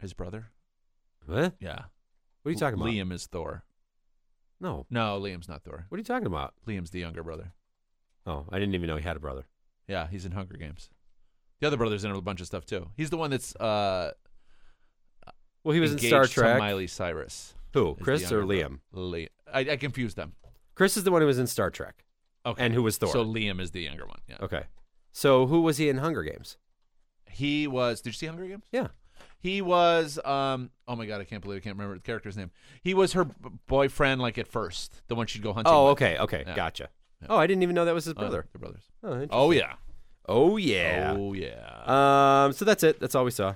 His brother? what? Yeah. What are you talking about? Liam is Thor. No. No, Liam's not Thor. What are you talking about? Liam's the younger brother. Oh, I didn't even know he had a brother. Yeah, he's in Hunger Games. The other brother's in a bunch of stuff too. He's the one that's uh Well, he was in engaged Star to Trek. Miley Cyrus. Who? is the Chris or younger Liam? brother. Liam. I, I confused them. Chris is the one who was in Star Trek Okay. and who was Thor. Oh. So Liam is the younger one. Yeah. okay. So who was he in Hunger Games? He was. Did you see Hunger Games? Yeah. He was. Um. Oh my god, I can't believe I can't remember the character's name. He was her b- boyfriend, like at first, the one she'd go hunting. Oh, with. okay, okay, Yeah. gotcha. Oh, I didn't even know that was his Uh, brother. they're brothers. Oh, interesting. Oh yeah. oh yeah. Oh yeah. Um, so that's it. That's all we saw.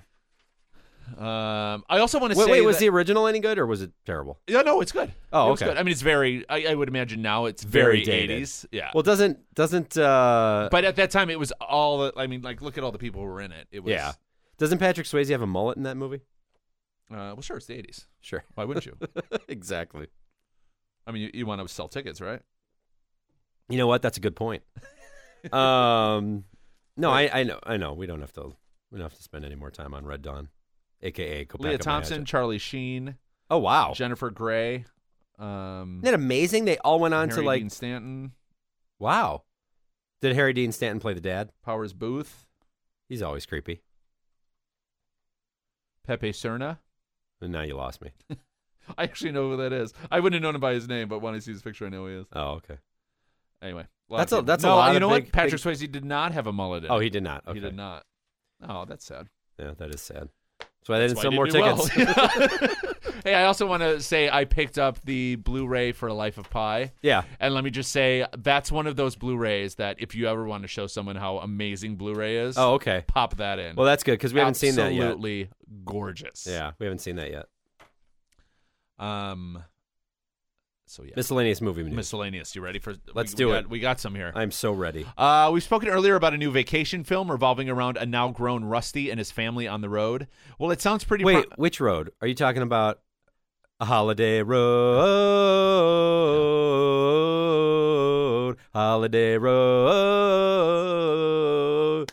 Um. I also want to Wait, say. wait, was that- the original any good or was it terrible? Yeah, no, it's good. Oh, It was okay. good. I mean, it's very. I, I would imagine now it's Very very, dated. 80s. Yeah. Well, doesn't doesn't uh but at that time, it was all. the- I mean, like, look at all the people who were in it. It was. yeah. Doesn't Patrick Swayze have a mullet in that movie? Uh, well, sure, it's the 80s. Sure. Why wouldn't you? exactly. I mean, you, you want to sell tickets, right? You know what? That's a good point. um No, I I know. I know. We don't have to we don't have to spend any more time on Red Dawn, aka Kopaka Leah Thompson, Charlie Sheen, Oh wow. Jennifer Grey. Um, Isn't it amazing? They all went on Harry to like Dean Stanton, wow. Did Harry Dean Stanton play the dad? Powers Booth, He's always creepy. Pepe Serna. And now you lost me. I actually know who that is. I wouldn't have known him by his name, but when I see his picture, I know who he is. Oh, okay. Anyway, That's a- lot of people- that's a no, lot You of know big- what? Patrick Swayze did not have a mullet. In Oh, it. he did not. Okay. he did not. Oh, that's sad. Yeah, that is sad. So I didn't That's sell why more I tickets. did well. hey, I also want to say I picked up the Blu-ray for Life of Pi. yeah. And let me just say, that's one of those Blu-rays that if you ever want to show someone how amazing Blu-ray is, Oh, okay. pop that in. Well, that's good because we haven't seen that yet. Absolutely gorgeous. Yeah, we haven't seen that yet. Um. So yeah, Miscellaneous movie news. miscellaneous. You ready for? Let's we, do we it. Got, we got some here. I'm so ready. Uh, we've spoken earlier about a new vacation film revolving around a now grown Rusty and his family on the road. Well, it sounds pretty. Wait, which road? Are you talking about a holiday road? Holiday road.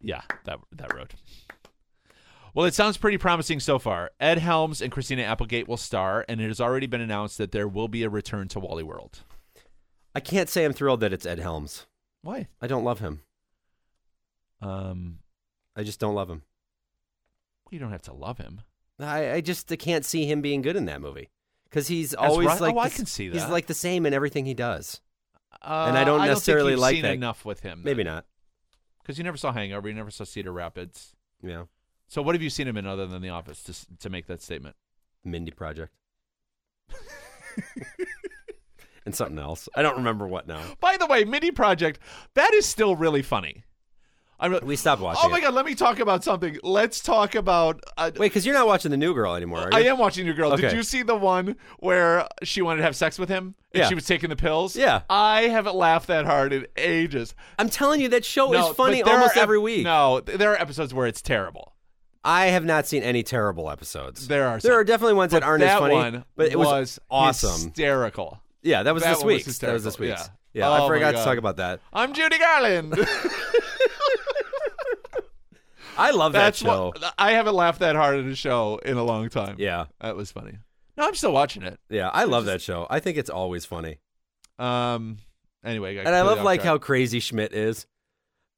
Yeah, that that road. Well, it sounds pretty promising so far. Ed Helms and Christina Applegate will star, and it has already been announced that there will be a return to Wally World. I can't say I'm thrilled that it's Ed Helms. Why? I don't love him. Um, I just don't love him. you don't have to love him. I, I just can't see him being good in that movie because he's That's always right. like Oh, I the- can see he's that. like the same in everything he does. Uh, And I don't think necessarily you've like seen that. enough with him. Maybe not. because you never saw Hangover, you never saw Cedar Rapids. Yeah, So, what have you seen him in other than The Office to s- to make that statement? Mindy Project. and something else. I don't remember what now. By the way, Mini Project, that is still really funny. I re- We stopped watching. oh my it. god, let me talk about something. Let's talk about. Uh, Wait, because you're not watching the New Girl anymore. Are I you? am watching New Girl. Did Okay. you see the one where she wanted to have sex with him and Yeah. she was taking the pills? Yeah. I haven't laughed that hard in ages. I'm telling you that show no, is Oh, funny but there almost are ep- every week. No, th- there are episodes where it's terrible. I have not seen any terrible episodes. There are there some. are definitely ones that aren't that as funny, one but it was, awesome. hysterical. yeah, that was that this one was week. that was this week. hysterical, Yeah, yeah. Oh I my forgot to God. talk about that. I'm Judy Garland. I love That's that show. what I haven't laughed that hard at a show in a long time. Yeah, that was funny. No, I'm still watching it. yeah, I love that show. I think it's always funny. Um. Anyway, got and I completely love off like track. how crazy Schmidt is.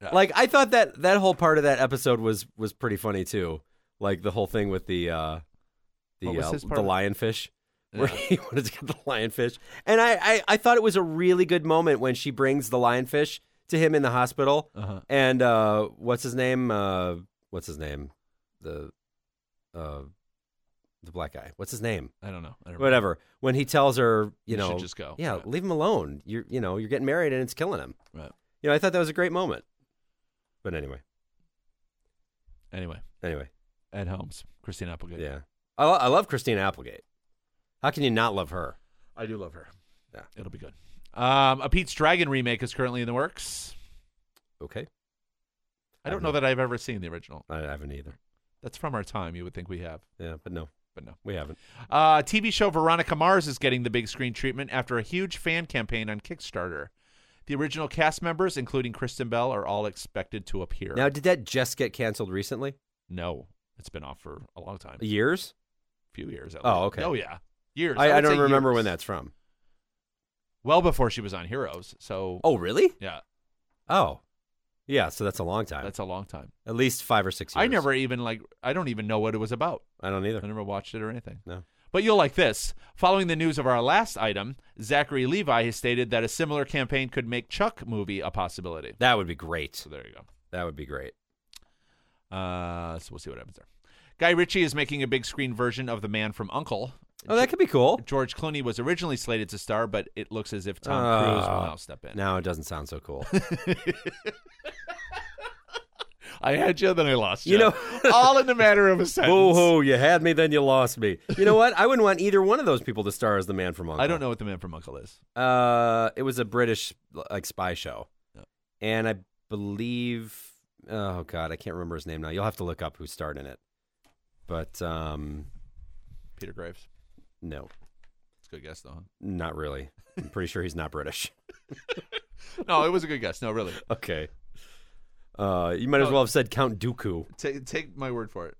Yeah. Like I thought that that whole part of that episode was was pretty funny too. Like the whole thing with the uh the What was uh, his the part? lionfish where Yeah. he wanted to get the lionfish. And I, I I thought it was a really good moment when she brings the lionfish to him in the hospital Uh-huh. and uh what's his name? Uh what's his name? The uh the black guy. What's his name? I don't know. I don't remember. Whatever. When he tells her, you You should know, just go. yeah, Oh, Yeah. leave him alone. You're you know, you're getting married and it's killing him. Right. You know, I thought that was a great moment. But anyway, Anyway, anyway, Ed Helms, Christine Applegate. yeah. I, lo- I love Christina Applegate. How can you not love her? I do love her. Yeah. It'll be good. Um, a Pete's Dragon remake is currently in the works. Okay, I don't know that I've ever seen the original. I haven't either. That's from our time. You would think we have, Yeah, but no, but no. we haven't. Uh, TV show Veronica Mars is getting the big screen treatment after a huge fan campaign on Kickstarter. The original cast members, including Kristen Bell, are all expected to appear. Now, did that just get canceled recently? no, it's been off for a long time, a Years? few years. At least. Oh, okay. Oh, yeah, years. I, I would don't say remember years. when that's from. Well before she was on Heroes, so Oh, really? yeah, Oh, yeah. So that's a long time. that's a long time. At least five or six years. I never even like. I don't even know what it was about. I don't either. I never watched it or anything. No. But you'll like this. Following the news of our last item, Zachary Levi has stated that a similar campaign could make Chuck movie a possibility. That would be great. So there you go. That would be great. Uh, so we'll see what happens there. Guy Ritchie is making a big screen version of The Man from Uncle. Oh, that could be cool. George Clooney was originally slated to star, but it looks as if Tom Cruise will Oh. now step in. Now it doesn't sound so cool. I had you, then I lost you. You know- all in the matter of a sentence. Whoa, whoa, you had me, then you lost me. You know what? I wouldn't want either one of those people to star as the man from Uncle. I don't know what The Man from Uncle is. Uh, it was a British like spy show, Yeah. and I believe. Oh God, I can't remember his name now. You'll have to look up who starred in it. But um, Peter Graves. no, It's a good guess, though. not really. I'm pretty sure he's not British. huh? No, it was a good guess. No, really. Okay. Uh, you might as Oh. well have said Count Dooku. Take, take my word for it.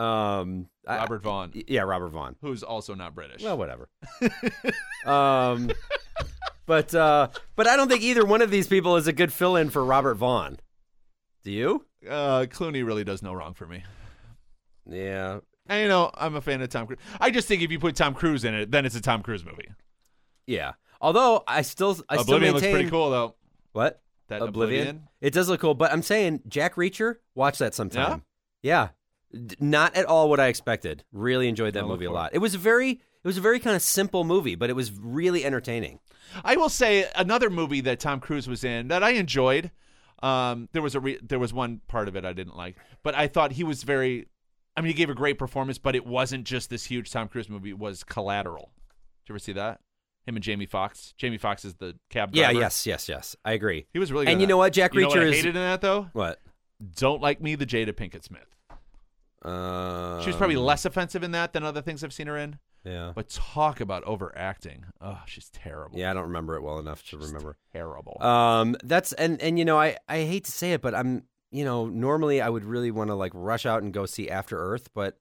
Um, I- Robert Vaughn. yeah, Robert Vaughn. who's also not British. Well, whatever. um, but uh, but I don't think either one of these people is a good fill-in for Robert Vaughn. Do you? uh, Clooney really does no wrong for me. Yeah, And, you know, I'm a fan of Tom Cruise. I just think if you put Tom Cruise in it, then it's a Tom Cruise movie. yeah. Although I still I still maintain Oblivion looks pretty cool though. what That Oblivion? It does look cool, but I'm saying Jack Reacher. Watch that sometime. Yeah, D- not at all what I expected. Really enjoyed that I'll look movie a for it. lot. It was a very it was a very kind of simple movie, but it was really entertaining. I will say another movie that Tom Cruise was in that I enjoyed. Um, there was a re- there was one part of it I didn't like, but I thought he was very. I mean, he gave a great performance, but it wasn't just this huge Tom Cruise movie. It was Collateral. Did you ever see that? Him and Jamie Foxx. Jamie Foxx is the cab Yeah, driver. yes, yes, yes. I agree. He was really good. And you in know that. what? Jack You know what Reacher I is hated in that though? what? Don't like me, the Jada Pinkett Smith. Uh, She was Um. probably less offensive in that than other things I've seen her in. Yeah. But talk about overacting. Oh, she's terrible. Yeah, I don't remember it well enough to remember. Terrible. Um, that's and and you know, I I hate to say it, but I'm you know normally I would really want to like rush out and go see After Earth, but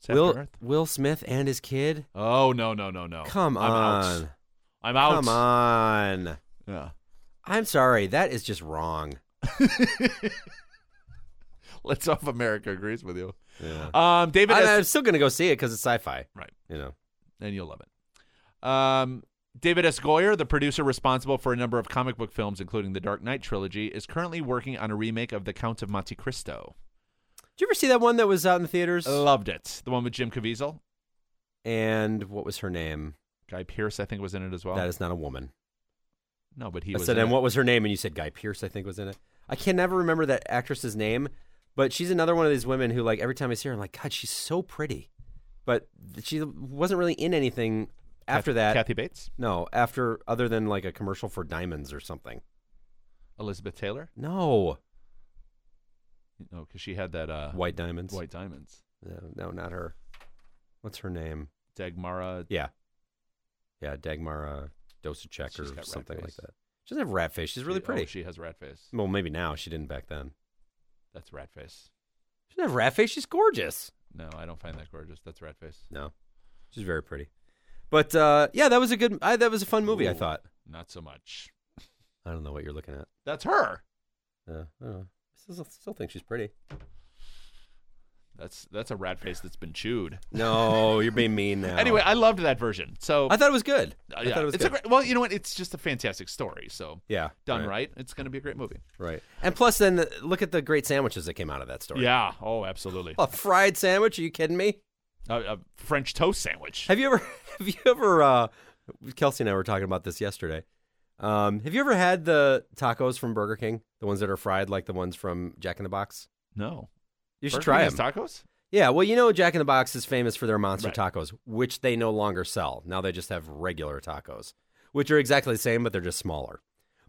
It's after Will Earth. Will Smith and his kid. Oh no no no no! Come I'm on, Out. I'm out. come on. Yeah. I'm sorry, that is just wrong. Let's off America agrees with you. Yeah. Um, David, I, S- am still gonna go see it because it's sci-fi, Right. You know, and you'll love it. Um, David S. Goyer, the producer responsible for a number of comic book films, including the Dark Knight trilogy, is currently working on a remake of The Count of Monte Cristo. did you ever see that one that was out in the theaters? Loved it. The one with Jim Caviezel, and what was her name? Guy Pearce, I think was in it as well. that is not a woman. no, but he I was. said, in and it. what was her name? And you said Guy Pierce, I think, was in it. I can never remember that actress's name, but she's another one of these women who, like, every time I see her, I'm like, God, she's so pretty. But she wasn't really in anything after Kath- that. Kathy Bates, No, after other than like a commercial for diamonds or something. Elizabeth Taylor. No, No, because she had that uh, white diamonds. White Diamonds. No, no, not her. What's her name? Dagmara. Yeah, yeah, Dagmar uh, Dosacek She's got or rat something like face. that. She doesn't have rat face. She's really oh, pretty. she has rat face. well, maybe now she didn't back then. That's rat face. She doesn't have rat face. She's gorgeous. No, I don't find that gorgeous. That's rat face. No, she's very pretty. But uh, yeah, that was a good. I, that was a fun movie. I Ooh. thought. Not so much. I don't know what you're looking at. That's her. Uh, I don't know. I still, still think she's pretty. That's that's a rat face that's been chewed. No, you're being mean now. Anyway, I loved that version. So Oh. I thought it was good. uh, I yeah, thought it was it's good. a great, well, you know what? It's just a fantastic story. So yeah, done right, it's going to be a great movie. right, And plus, then the, look at the great sandwiches that came out of that story. Yeah. Oh, absolutely. a fried sandwich? Are you kidding me? A, a French toast sandwich. Have you ever? Have you ever? Uh, Kelsey and I were talking about this yesterday. Um, have you ever had the tacos from Burger King? The ones that are fried, like the ones from Jack in the Box. No. You should Burger try King them. has tacos. Yeah, well, you know, Jack in the Box is famous for their monster Right. tacos, which they no longer sell. Now they just have regular tacos, which are exactly the same, but they're just smaller.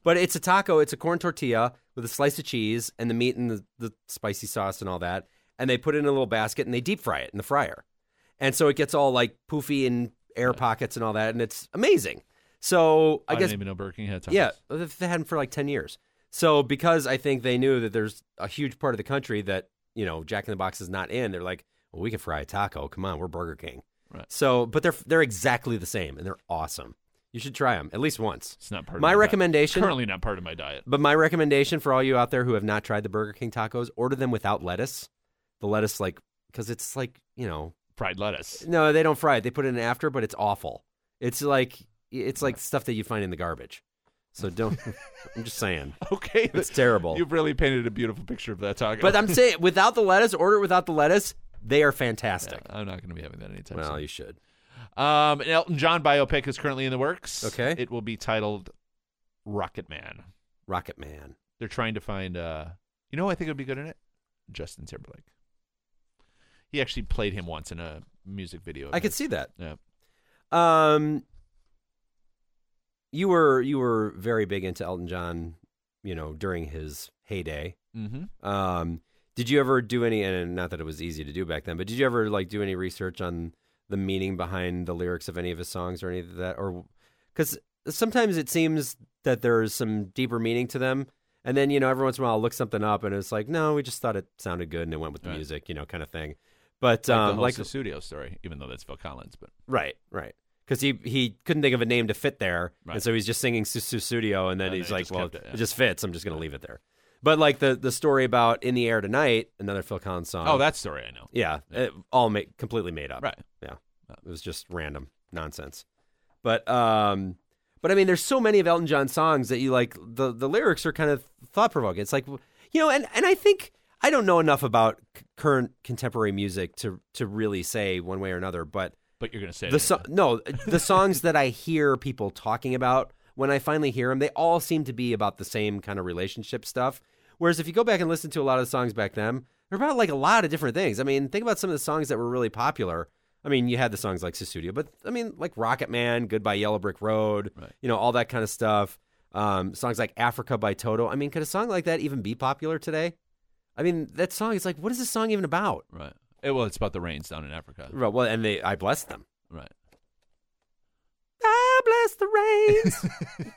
But it's a taco, it's a corn tortilla with a slice of cheese and the meat and the, the spicy sauce and all that. And they put it in a little basket and they deep fry it in the fryer. And so it gets all like poofy and air pockets and all that. And it's amazing. So I I, guess didn't even know Burger King had tacos. yeah, they've had them for like 10 years. So because I think they knew that there's a huge part of the country that, you know, Jack in the Box is not in, they're like, well, we can fry a taco. Come on, we're Burger King. Right. So, but they're they're exactly the same and they're awesome. You should try them at least once. it's not part. My of my diet. recommendation, currently not part of my diet. but my recommendation for all you out there who have not tried the Burger King tacos, order them without lettuce. The lettuce like cuz it's like, you know, Fried lettuce. no, they don't fry it. They put it in after, but it's awful. It's like it's like stuff that you find in the garbage. So don't I'm just saying. Okay, It's terrible. you've really painted a beautiful picture of that taco. But I'm saying without the lettuce, order it without the lettuce. They are fantastic. I'm not going to be having that anytime Well, soon. you should. Um, an Elton John biopic is currently in the works. Okay. It will be titled Rocket Man. Rocket Man. They're trying to find, uh, you know, who I think would be good in it Justin Timberlake. He actually played him once in a music video. of I could his. see that. Yeah. Um, you were you were very big into Elton John, you know, during his heyday. Mm-hmm. Um, did you ever do any? And not that it was easy to do back then, but did you ever like do any research on the meaning behind the lyrics of any of his songs or any of that? Or because sometimes it seems that there's some deeper meaning to them, and then you know every once in a while I'll look something up and it's like, no, we just thought it sounded good and it went with the Right. music, you know, kind of thing. But Like the um, like like studio story, even though that's Phil Collins, but Right, right. Because he he couldn't think of a name to fit there, Right. and so he's just singing Susu Studio, and then And he's then he like, just "Well, kept it, yeah. it just fits. I'm just going to leave it there." But like the the story about "In the Air Tonight," another Phil Collins song. oh, that story I know. yeah, it all made completely made up. Right. Yeah, it was just random nonsense. But um, but I mean, there's so many of Elton John songs that you like. the The lyrics are kind of thought provoking. It's like you know, and and I think I don't know enough about c- current contemporary music to to really say one way or another, but But you're going to say the it so- no the songs that I hear people talking about when I finally hear them, they all seem to be about the same kind of relationship stuff. Whereas if you go back and listen to a lot of the songs back then, they're about like a lot of different things. I mean, think about some of the songs that were really popular. I mean, you had the songs like Susudio, but I mean, like Rocket Man, Goodbye Yellow Brick Road, Right. you know, all that kind of stuff. Um, songs like Africa by Toto. I mean, could a song like that even be popular today? I mean, that song is like, what is this song even about? Right. Eh, well, it's about the rains down in Africa. Well, well, and they, I blessed them. Right. I Ah, bless the rains.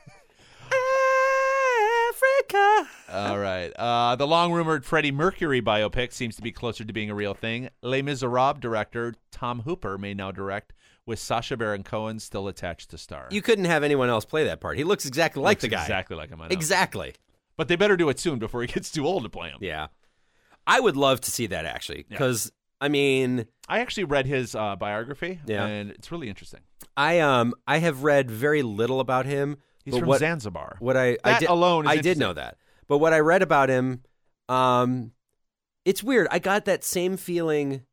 Africa. All right. Uh, the long rumored Freddie Mercury biopic seems to be closer to being a real thing. Les Miserables director Tom Hooper may now direct, with Sasha Baron Cohen still attached to star. You couldn't have anyone else play that part. He looks exactly like Looks the guy. Exactly like him. I know. Exactly. But they better do it soon before he gets too old to play him. Yeah. I would love to see that actually cuz I mean, I actually read his uh, biography, Yeah. and it's really interesting. I um I have read very little about him, He's but from what Zanzibar. what I I That did alone is I did interesting. know that. But what I read about him um it's weird. I got that same feeling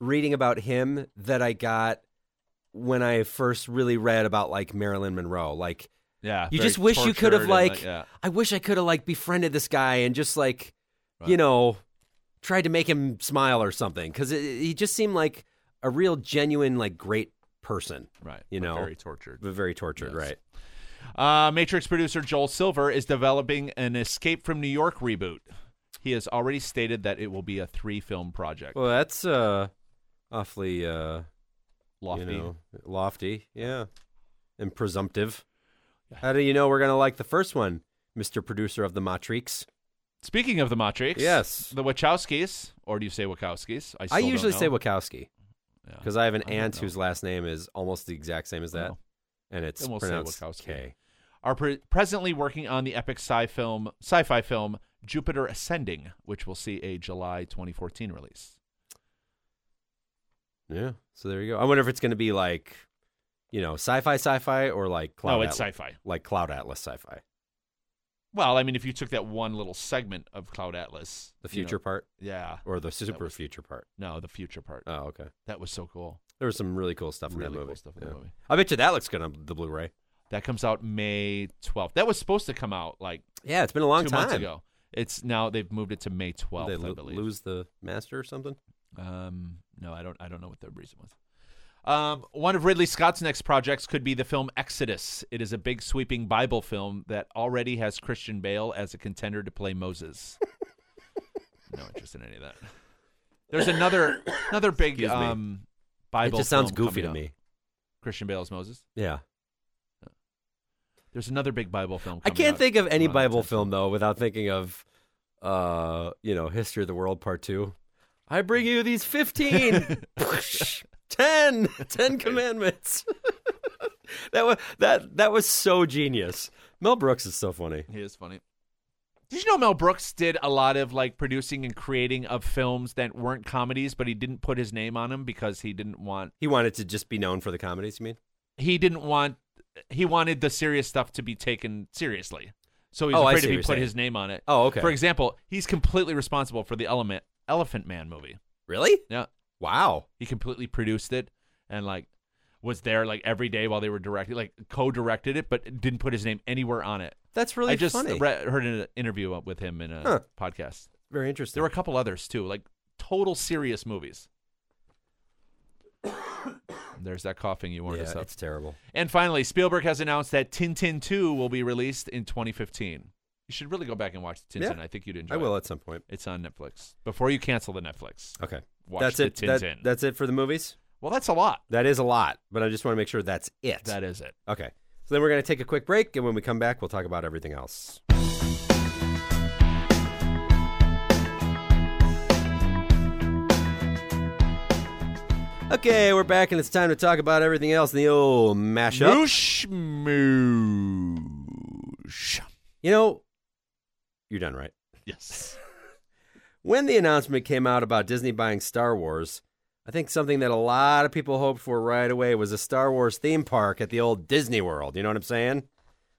reading about him that I got when I first really read about like Marilyn Monroe. Like Yeah. You very just wish you could have, tortured and, uh, like- yeah. I wish I could have like befriended this guy and just like, you Right. know, tried to make him smile or something because he just seemed like a real genuine like great person, Right. you but know. Very tortured. but very tortured, Yes. right? Uh, Matrix producer Joel Silver is developing an Escape from New York reboot. He has already stated that it will be a three film project. Well, that's uh, awfully uh, Lofty. you know, lofty, yeah, and presumptive. How do you know we're gonna like the first one, Mister Producer of the Matrix? Speaking of the Matrix, Yes. the Wachowskis, or do you say Wachowskis? I still usually don't say know. Wachowski Yeah. because I have an I don't aunt know. whose last name is almost the exact same as that, Oh. and it's Then we'll say pronounced Wachowski. K. Are pre- presently working on the epic sci film, sci-fi film Jupiter Ascending, which will see a July 2014 release. Yeah. So there you go. I wonder if it's going to be like, you know, sci-fi, sci-fi, or like cloud. No, it's Atlas, sci-fi. like cloud atlas sci-fi. Well, I mean, if you took that one little segment of Cloud Atlas, The you know- future part yeah, or the super was- future part. no, the future part. Oh, okay. that was so cool. There was some really cool stuff in really that movie. cool stuff in Yeah. the movie. I bet you that looks good on the Blu-ray. That comes out May 12th. That was supposed to come out like Yeah, it's been a long two time. months ago. It's now they've moved it to May Did 12th, they I lo- believe. lose the master or something? Um, no, I don't. I don't know what the reason was. Um, one of Ridley Scott's next projects could be the film Exodus. It is a big, sweeping Bible film that already has Christian Bale as a contender to play Moses. no interest in any of that. There's another another big Excuse me. um, Bible. it just sounds film goofy to coming me. out. Christian Bale as Moses. Yeah. There's another big Bible film. I coming can't out. think of any around that Bible time. film though without thinking of, uh, you know, History of the World Part Two. I bring you these fifteen, ten, ten commandments. that was that that was so genius. Mel Brooks is so funny. He is funny. Did you know Mel Brooks did a lot of like producing and creating of films that weren't comedies, but he didn't put his name on them because he didn't want He wanted to just be known for the comedies. You mean? he didn't want he wanted the serious stuff to be taken seriously. So he's Oh, I afraid see if he what you're put saying. his name on it. Oh, okay. For example, he's completely responsible for the Element Elephant Man movie. really? Yeah, Wow. he completely produced it and like was there like every day while they were directing, like co-directed it, but didn't put his name anywhere on it. That's really I just funny. re- heard an interview with him in a Huh. podcast. Very interesting. There were a couple others too, like total serious movies. There's that coughing you warned us yeah, of. it's terrible. And finally, Spielberg has announced that Tintin 2 will be released in 2015. You should really go back and watch Tintin. Yeah. I think you'd enjoy I will it. at some point. It's on Netflix. Before you cancel the Netflix, Okay. watch that's the it. Tintin. That, that's it for the movies. well, that's a lot. That is a lot, but I just want to make sure that's it. That is it. Okay. So then we're going to take a quick break, and when we come back, we'll talk about everything else. Okay, we're back, and it's time to talk about everything else in the old mashup. Moosh, moosh. You know, you're done right. Yes. When the announcement came out about Disney buying Star Wars, I think something that a lot of people hoped for right away was a Star Wars theme park at the old Disney World. You know what I'm saying?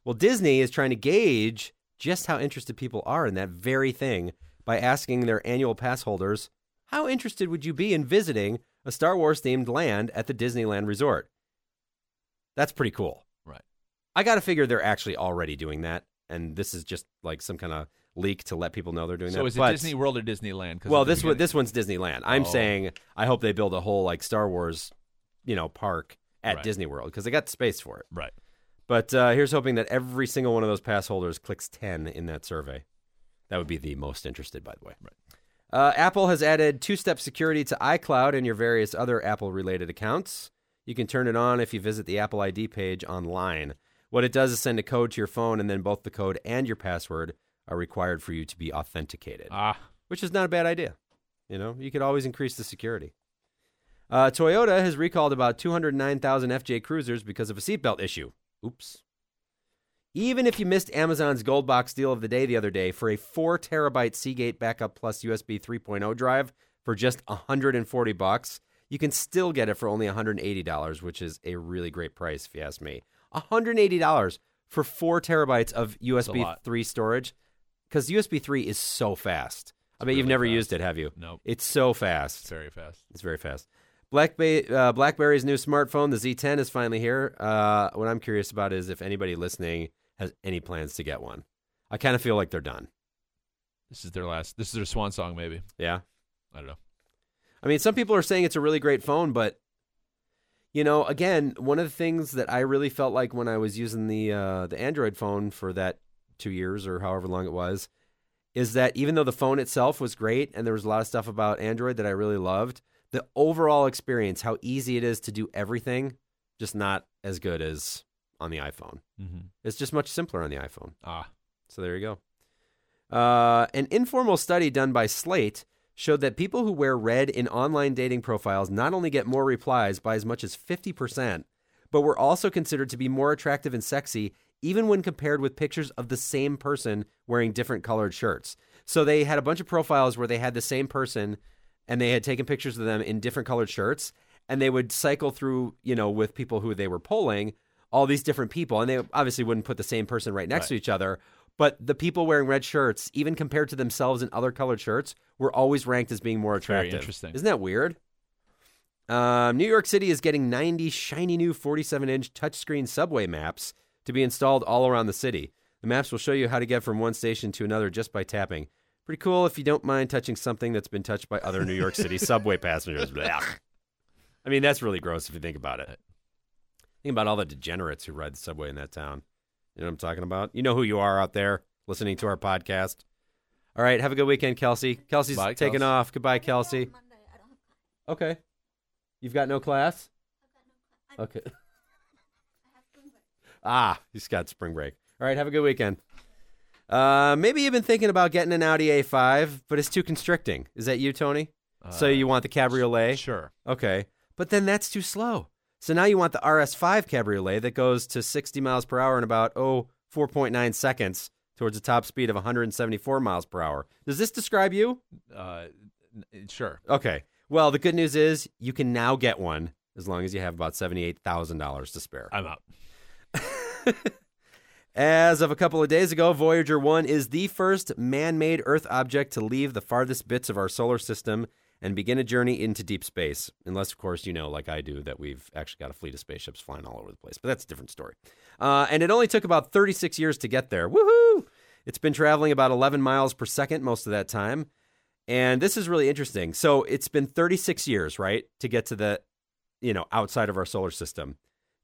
Well, Disney is trying to gauge just how interested people are in that very thing by asking their annual pass holders, How interested would you be in visiting a Star Wars themed land at the Disneyland Resort? That's pretty cool. Right. I got to figure they're actually already doing that. And this is just like some kind of leak to let people know they're doing that. So is it But- Disney World or Disneyland? 'Cause well, at the this one, beginning- this one's Disneyland. I'm Oh. saying I hope they build a whole like Star Wars, you know, park at Right. Disney World because they got the space for it. Right. But uh, here's hoping that every single one of those pass holders clicks 10 in that survey. That would be the most interested, by the way. Right. Uh, Apple has added two step security to iCloud and your various other Apple related accounts. You can turn it on if you visit the Apple ID page online. What it does is send a code to your phone, and then both the code and your password are required for you to be authenticated Ah, which is not a bad idea. You know, you could always increase the security. Uh, Toyota has recalled about 209,000 FJ Cruisers because of a seatbelt issue. Oops. Even if you missed Amazon's Gold Box deal of the day the other day for a 4 terabyte Seagate backup plus USB 3.0 drive for just 140 bucks, you can still get it for only $180, which is a really great price if you ask me. $180 for 4 terabytes of USB lot. 3 storage cuz USB 3 is so fast. I It's mean, you've really never fast. used it, have you? nope. It's so It's fast. very fast. It's very fast. Blackba- uh, BlackBerry's new smartphone, the Z10, is finally here. Uh, what I'm curious about is if anybody listening has any plans to get one. I kind of feel like they're done. This is their last. This is their swan song, maybe. Yeah. I don't know. I mean, some people are saying it's a really great phone, but you know, again, one of the things that I really felt like when I was using the uh, the Android phone for that two years or however long it was, is that even though the phone itself was great and there was a lot of stuff about Android that I really loved, the overall experience, how easy it is to do everything, just not as good as on the iPhone. Mm-hmm. It's just much simpler on the iPhone. Ah, So there you go. Uh, an informal study done by Slate showed that people who wear red in online dating profiles not only get more replies by as much as 50%, but were also considered to be more attractive and sexy, even when compared with pictures of the same person wearing different colored shirts. So they had a bunch of profiles where they had the same person and they had taken pictures of them in different colored shirts. And they would cycle through, you know, with people who they were polling, all these different people. And they obviously wouldn't put the same person right next to each other. But the people wearing red shirts, even compared to themselves in other colored shirts, were always ranked as being more very attractive. interesting. Isn't that weird? Um, New York City is getting 90 shiny new 47 inch touchscreen subway maps to be installed all around the city. The maps will show you how to get from one station to another just by tapping. Pretty cool if you don't mind touching something that's been touched by other New York City subway passengers. Blech. I mean, that's really gross if you think about it. Think about all the degenerates who ride the subway in that town. You know what I'm talking about? You know who you are out there listening to our podcast. All right, have a good weekend, Kelsey. Kelsey's Bye, taking Kelsey. off. Goodbye, Kelsey. Okay. You've got no class? Okay. Ah, he's got spring break. All right, have a good weekend. Uh, maybe you've been thinking about getting an Audi A5, but it's too constricting. Is that you, Tony? so Uh, you want the cabriolet? Sure. Okay. But then that's too slow. So now you want the RS5 cabriolet that goes to 60 miles per hour in about, oh, 4.9 seconds towards a top speed of 174 miles per hour. Does this describe you? Uh, n- sure. Okay. Well, the good news is you can now get one as long as you have about $78,000 to spare. I'm out. As of a couple of days ago, Voyager 1 is the first man made Earth object to leave the farthest bits of our solar system and begin a journey into deep space. Unless, of course, you know, like I do, that we've actually got a fleet of spaceships flying all over the place, but that's a different story. Uh, and it only took about 36 years to get there. Woohoo! It's been traveling about 11 miles per second most of that time. And this is really interesting. So it's been 36 years, right, to get to the, you know, outside of our solar system.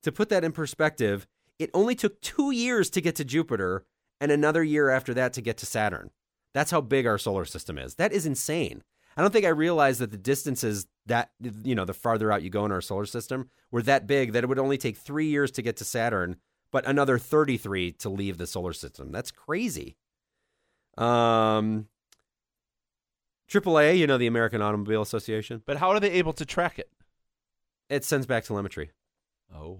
To put that in perspective, it only took two years to get to Jupiter and another year after that to get to Saturn. That's how big our solar system is. That is insane. I don't think I realized that the distances that, you know, the farther out you go in our solar system were that big that it would only take three years to get to Saturn, but another 33 to leave the solar system. That's crazy. Um, AAA, you know, the American Automobile Association, But how are they able to track it? it sends back telemetry. Oh.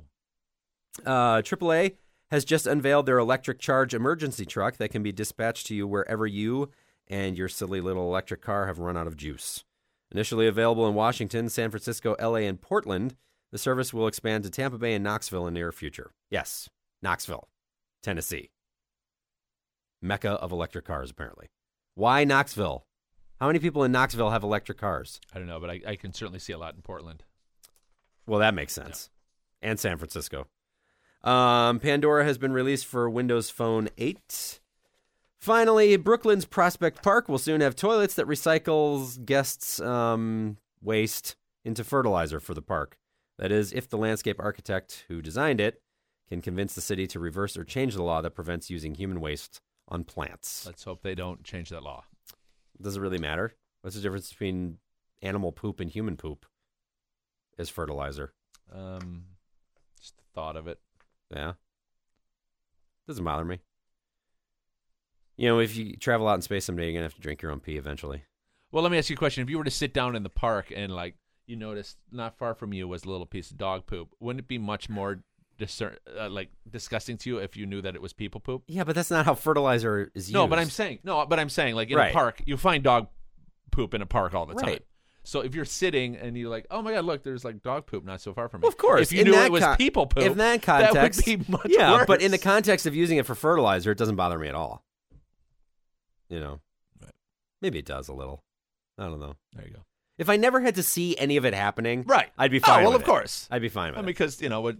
Uh, AAA has just unveiled their electric charge emergency truck that can be dispatched to you wherever you and your silly little electric car have run out of juice. Initially available in Washington, San Francisco, LA, and Portland, the service will expand to Tampa Bay and Knoxville in the near future. Yes, Knoxville, Tennessee. Mecca of electric cars, apparently. Why Knoxville? How many people in Knoxville have electric cars? I don't know, but I, I can certainly see a lot in Portland. Well, that makes sense. And San Francisco. Um, Pandora has been released for Windows Phone 8. Finally, Brooklyn's Prospect Park will soon have toilets that recycles guests' um, waste into fertilizer for the park. That is, if the landscape architect who designed it can convince the city to reverse or change the law that prevents using human waste on plants. Let's hope they don't change that law. Does it really matter? What's the difference between animal poop and human poop as fertilizer? Um, just the thought of it. Yeah. Doesn't bother me. You know, if you travel out in space someday, you're going to have to drink your own pee eventually. Well, let me ask you a question. If you were to sit down in the park and like you noticed not far from you was a little piece of dog poop, wouldn't it be much more discern uh, like disgusting to you if you knew that it was people poop? Yeah, but that's not how fertilizer is used. No, but I'm saying no, but I'm saying like in Right. a park, you find dog poop in a park all the Right. time. So if you're sitting and you're like, "Oh my god, look, there's like dog poop not so far from me." Well, of course. if you in knew that it was con- people poop, In that context. that would be much yeah, worse. but in the context of using it for fertilizer, it doesn't bother me at all. You know? Maybe it does a little. I don't know. there you go. If I never had to see any of it happening, Right. I'd be Oh fine well, with of it. course. I'd be fine I with mean, it. because you know what,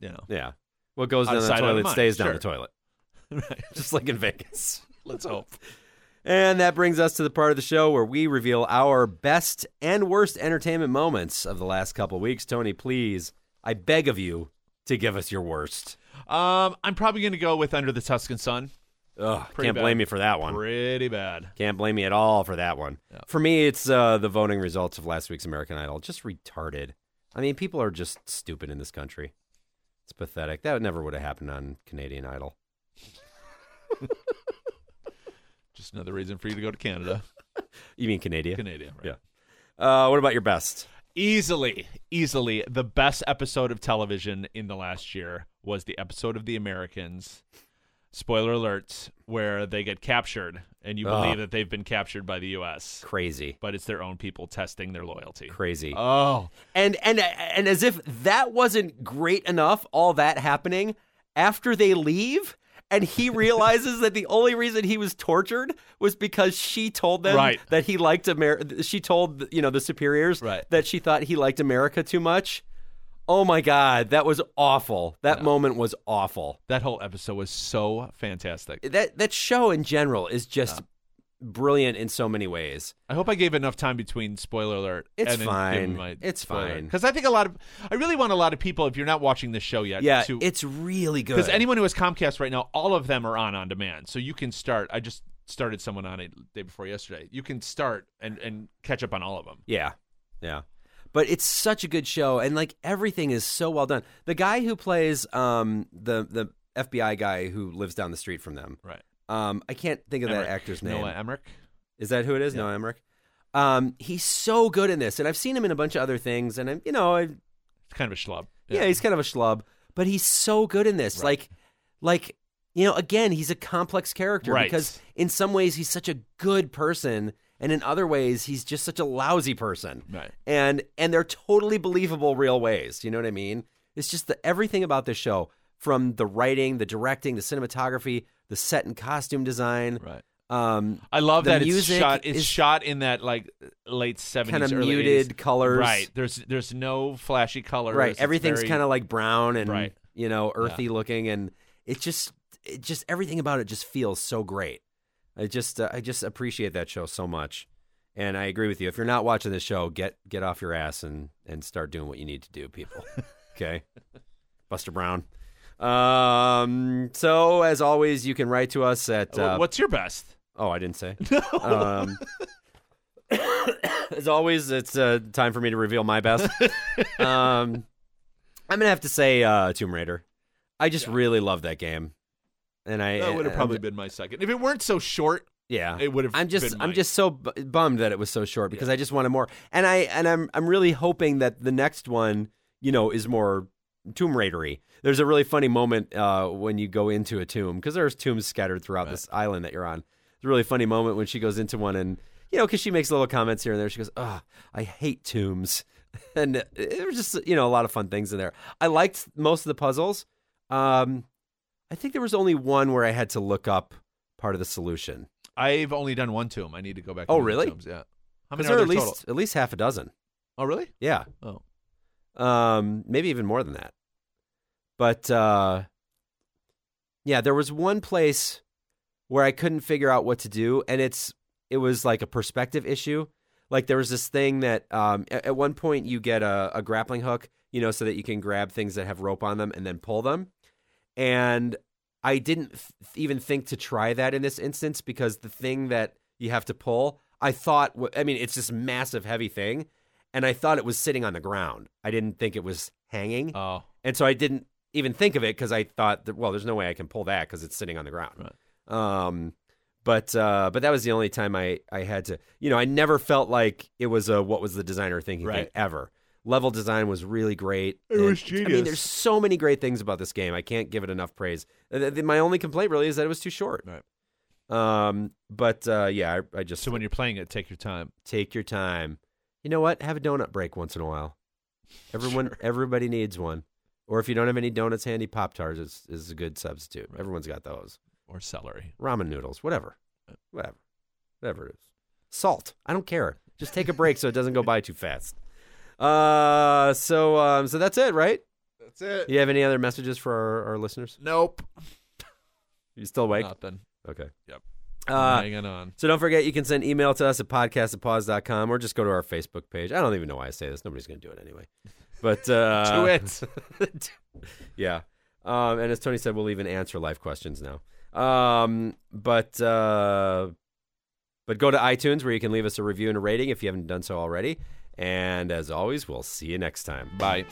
you know. Yeah. What goes Out down of the sight, out of toilet mind, stays down the sure. toilet. Just like in Vegas. Let's hope. And that brings us to the part of the show where we reveal our best and worst entertainment moments of the last couple weeks. Tony, please, I beg of you to give us your worst. Um, I'm probably going to go with Under the Tuscan Sun. Ugh, Pretty can't bad. blame me for that one. Pretty bad. Can't blame me at all for that one. Yeah. For me, it's uh, the voting results of last week's American Idol. Just retarded. I mean, people are just stupid in this country. It's pathetic. That never would have happened on Canadian Idol. Just another reason for you to go to Canada. You mean Canadian? Canada, right? Yeah. Uh, what about your best? Easily, easily, the best episode of television in the last year was the episode of The Americans. Spoiler alert, where they get captured, and you Ugh. believe that they've been captured by the U.S., Crazy. but it's their own people testing their loyalty. Crazy. Oh, and and and as if that wasn't great enough all that happening after they leave and he realizes that the only reason he was tortured was because she told them Right. that he liked America. She told you know the superiors Right. that she thought he liked America too much. Oh my God, that was awful. That moment was awful. that whole episode was so fantastic. That that show in general is just brilliant in so many ways. I hope I gave enough time between spoiler alert. It's and then fine. giving my It's fine. Because I think a lot of, I really want a lot of people. If you're not watching the show yet, Yeah, to it's really good. because anyone who has Comcast right now, all of them are on on demand. So you can start. I just started someone on it day before yesterday. You can start and and catch up on all of them. Yeah. Yeah. But it's such a good show and like everything is so well done. The guy who plays um the the FBI guy who lives down the street from them. Right. Um I can't think of Emmerich. that actor's name. Noah Emmerich. Is that who it is? No, Emmerich. Um he's so good in this and I've seen him in a bunch of other things and I'm you know, I It's kind of a schlub. yeah. he's kind of a schlub, but he's so good in this. Right. Like, like you know, again, he's a complex character Right. because in some ways he's such a good person, and in other ways he's just such a lousy person. Right. And and they're totally believable real ways. You know what I mean? It's just the everything about this show, from the writing, the directing, the cinematography, the set and costume design. Right. Um, I love The that it's music shot. It's is- shot in that like late seventies, kind of early muted 80s. colors. Right. There's there's no flashy colors. right It's everything's very- kind of like brown and Right. you know earthy looking and it just it just everything about it just feels so great i just uh, i just appreciate that show so much and i agree with you if you're not watching this show get get off your ass and and start doing what you need to do people okay buster brown um so as always you can write to us at uh, Wh- What's your best? oh i didn't say um as always, it's uh, time for me to reveal my best. um, I'm gonna have to say uh, Tomb Raider. I just really love that game, and I That would have I'm- probably been my second. If it weren't so short, yeah. it would have. I'm just been I'm mine. just so b- bummed that it was so short because I just wanted more, and I and I'm I'm really hoping that the next one you know is more Tomb Raidery. There's a really funny moment uh, when you go into a tomb because there's tombs scattered throughout this island that you're on. It's a really funny moment when she goes into one and you know because she makes little comments here and there. She goes, "Oh, I hate tombs," and it was just you know a lot of fun things in there. I liked most of the puzzles. Um, I think there was only one where I had to look up part of the solution. I've only done one tomb. I need to go back. Oh, and do the really? tombs, Yeah. How Because many there are are there at least total? at least half a dozen. Oh, really? Yeah. Oh. Um, maybe even more than that. But uh, yeah, there was one place where I couldn't figure out what to do, and it's it was like a perspective issue. Like there was this thing that um, a- at, one point you get a, a grappling hook, you know, so that you can grab things that have rope on them and then pull them. And I didn't th- even think to try that in this instance because the thing that you have to pull, I thought, w- I mean, it's this massive heavy thing, and I thought it was sitting on the ground. I didn't think it was hanging. Oh, And so I didn't even think of it because I thought, that, well, there's no way I can pull that because it's sitting on the ground. Um, but uh, but that was the only time I, I had to, you know, I never felt like it was a what was the designer thinking thing Right. ever. Level design was really great. It was I mean, genius. there's so many great things about this game. I can't give it enough praise. Uh, th- th- My only complaint really is that it was too short. Right. Um, but uh, yeah, I, I just so when you're playing it, take your time. take your time. You know what? Have a donut break once in a while. Everyone, everybody needs one. Or if you don't have any donuts handy, Pop Tarts is, is a good substitute. Everyone's got those. Or celery. Ramen noodles, whatever, whatever, whatever it is. Salt. I don't care. Just take a break so it doesn't go by too fast. Uh, so um, so that's it, right? That's it. You have any other messages for our, our listeners? Nope. You still awake? Nothing. Okay. Yep. Uh, hanging on. So don't forget, you can send email to us at podcast at pause.com or just go to our Facebook page. I don't even know why I say this. Nobody's going to do it anyway. But uh, Do it. it. yeah. Um, and as Tony said, we'll even answer live questions now. Um, but uh, but go to iTunes where you can leave us a review and a rating if you haven't done so already. And as always, we'll see you next time. Bye.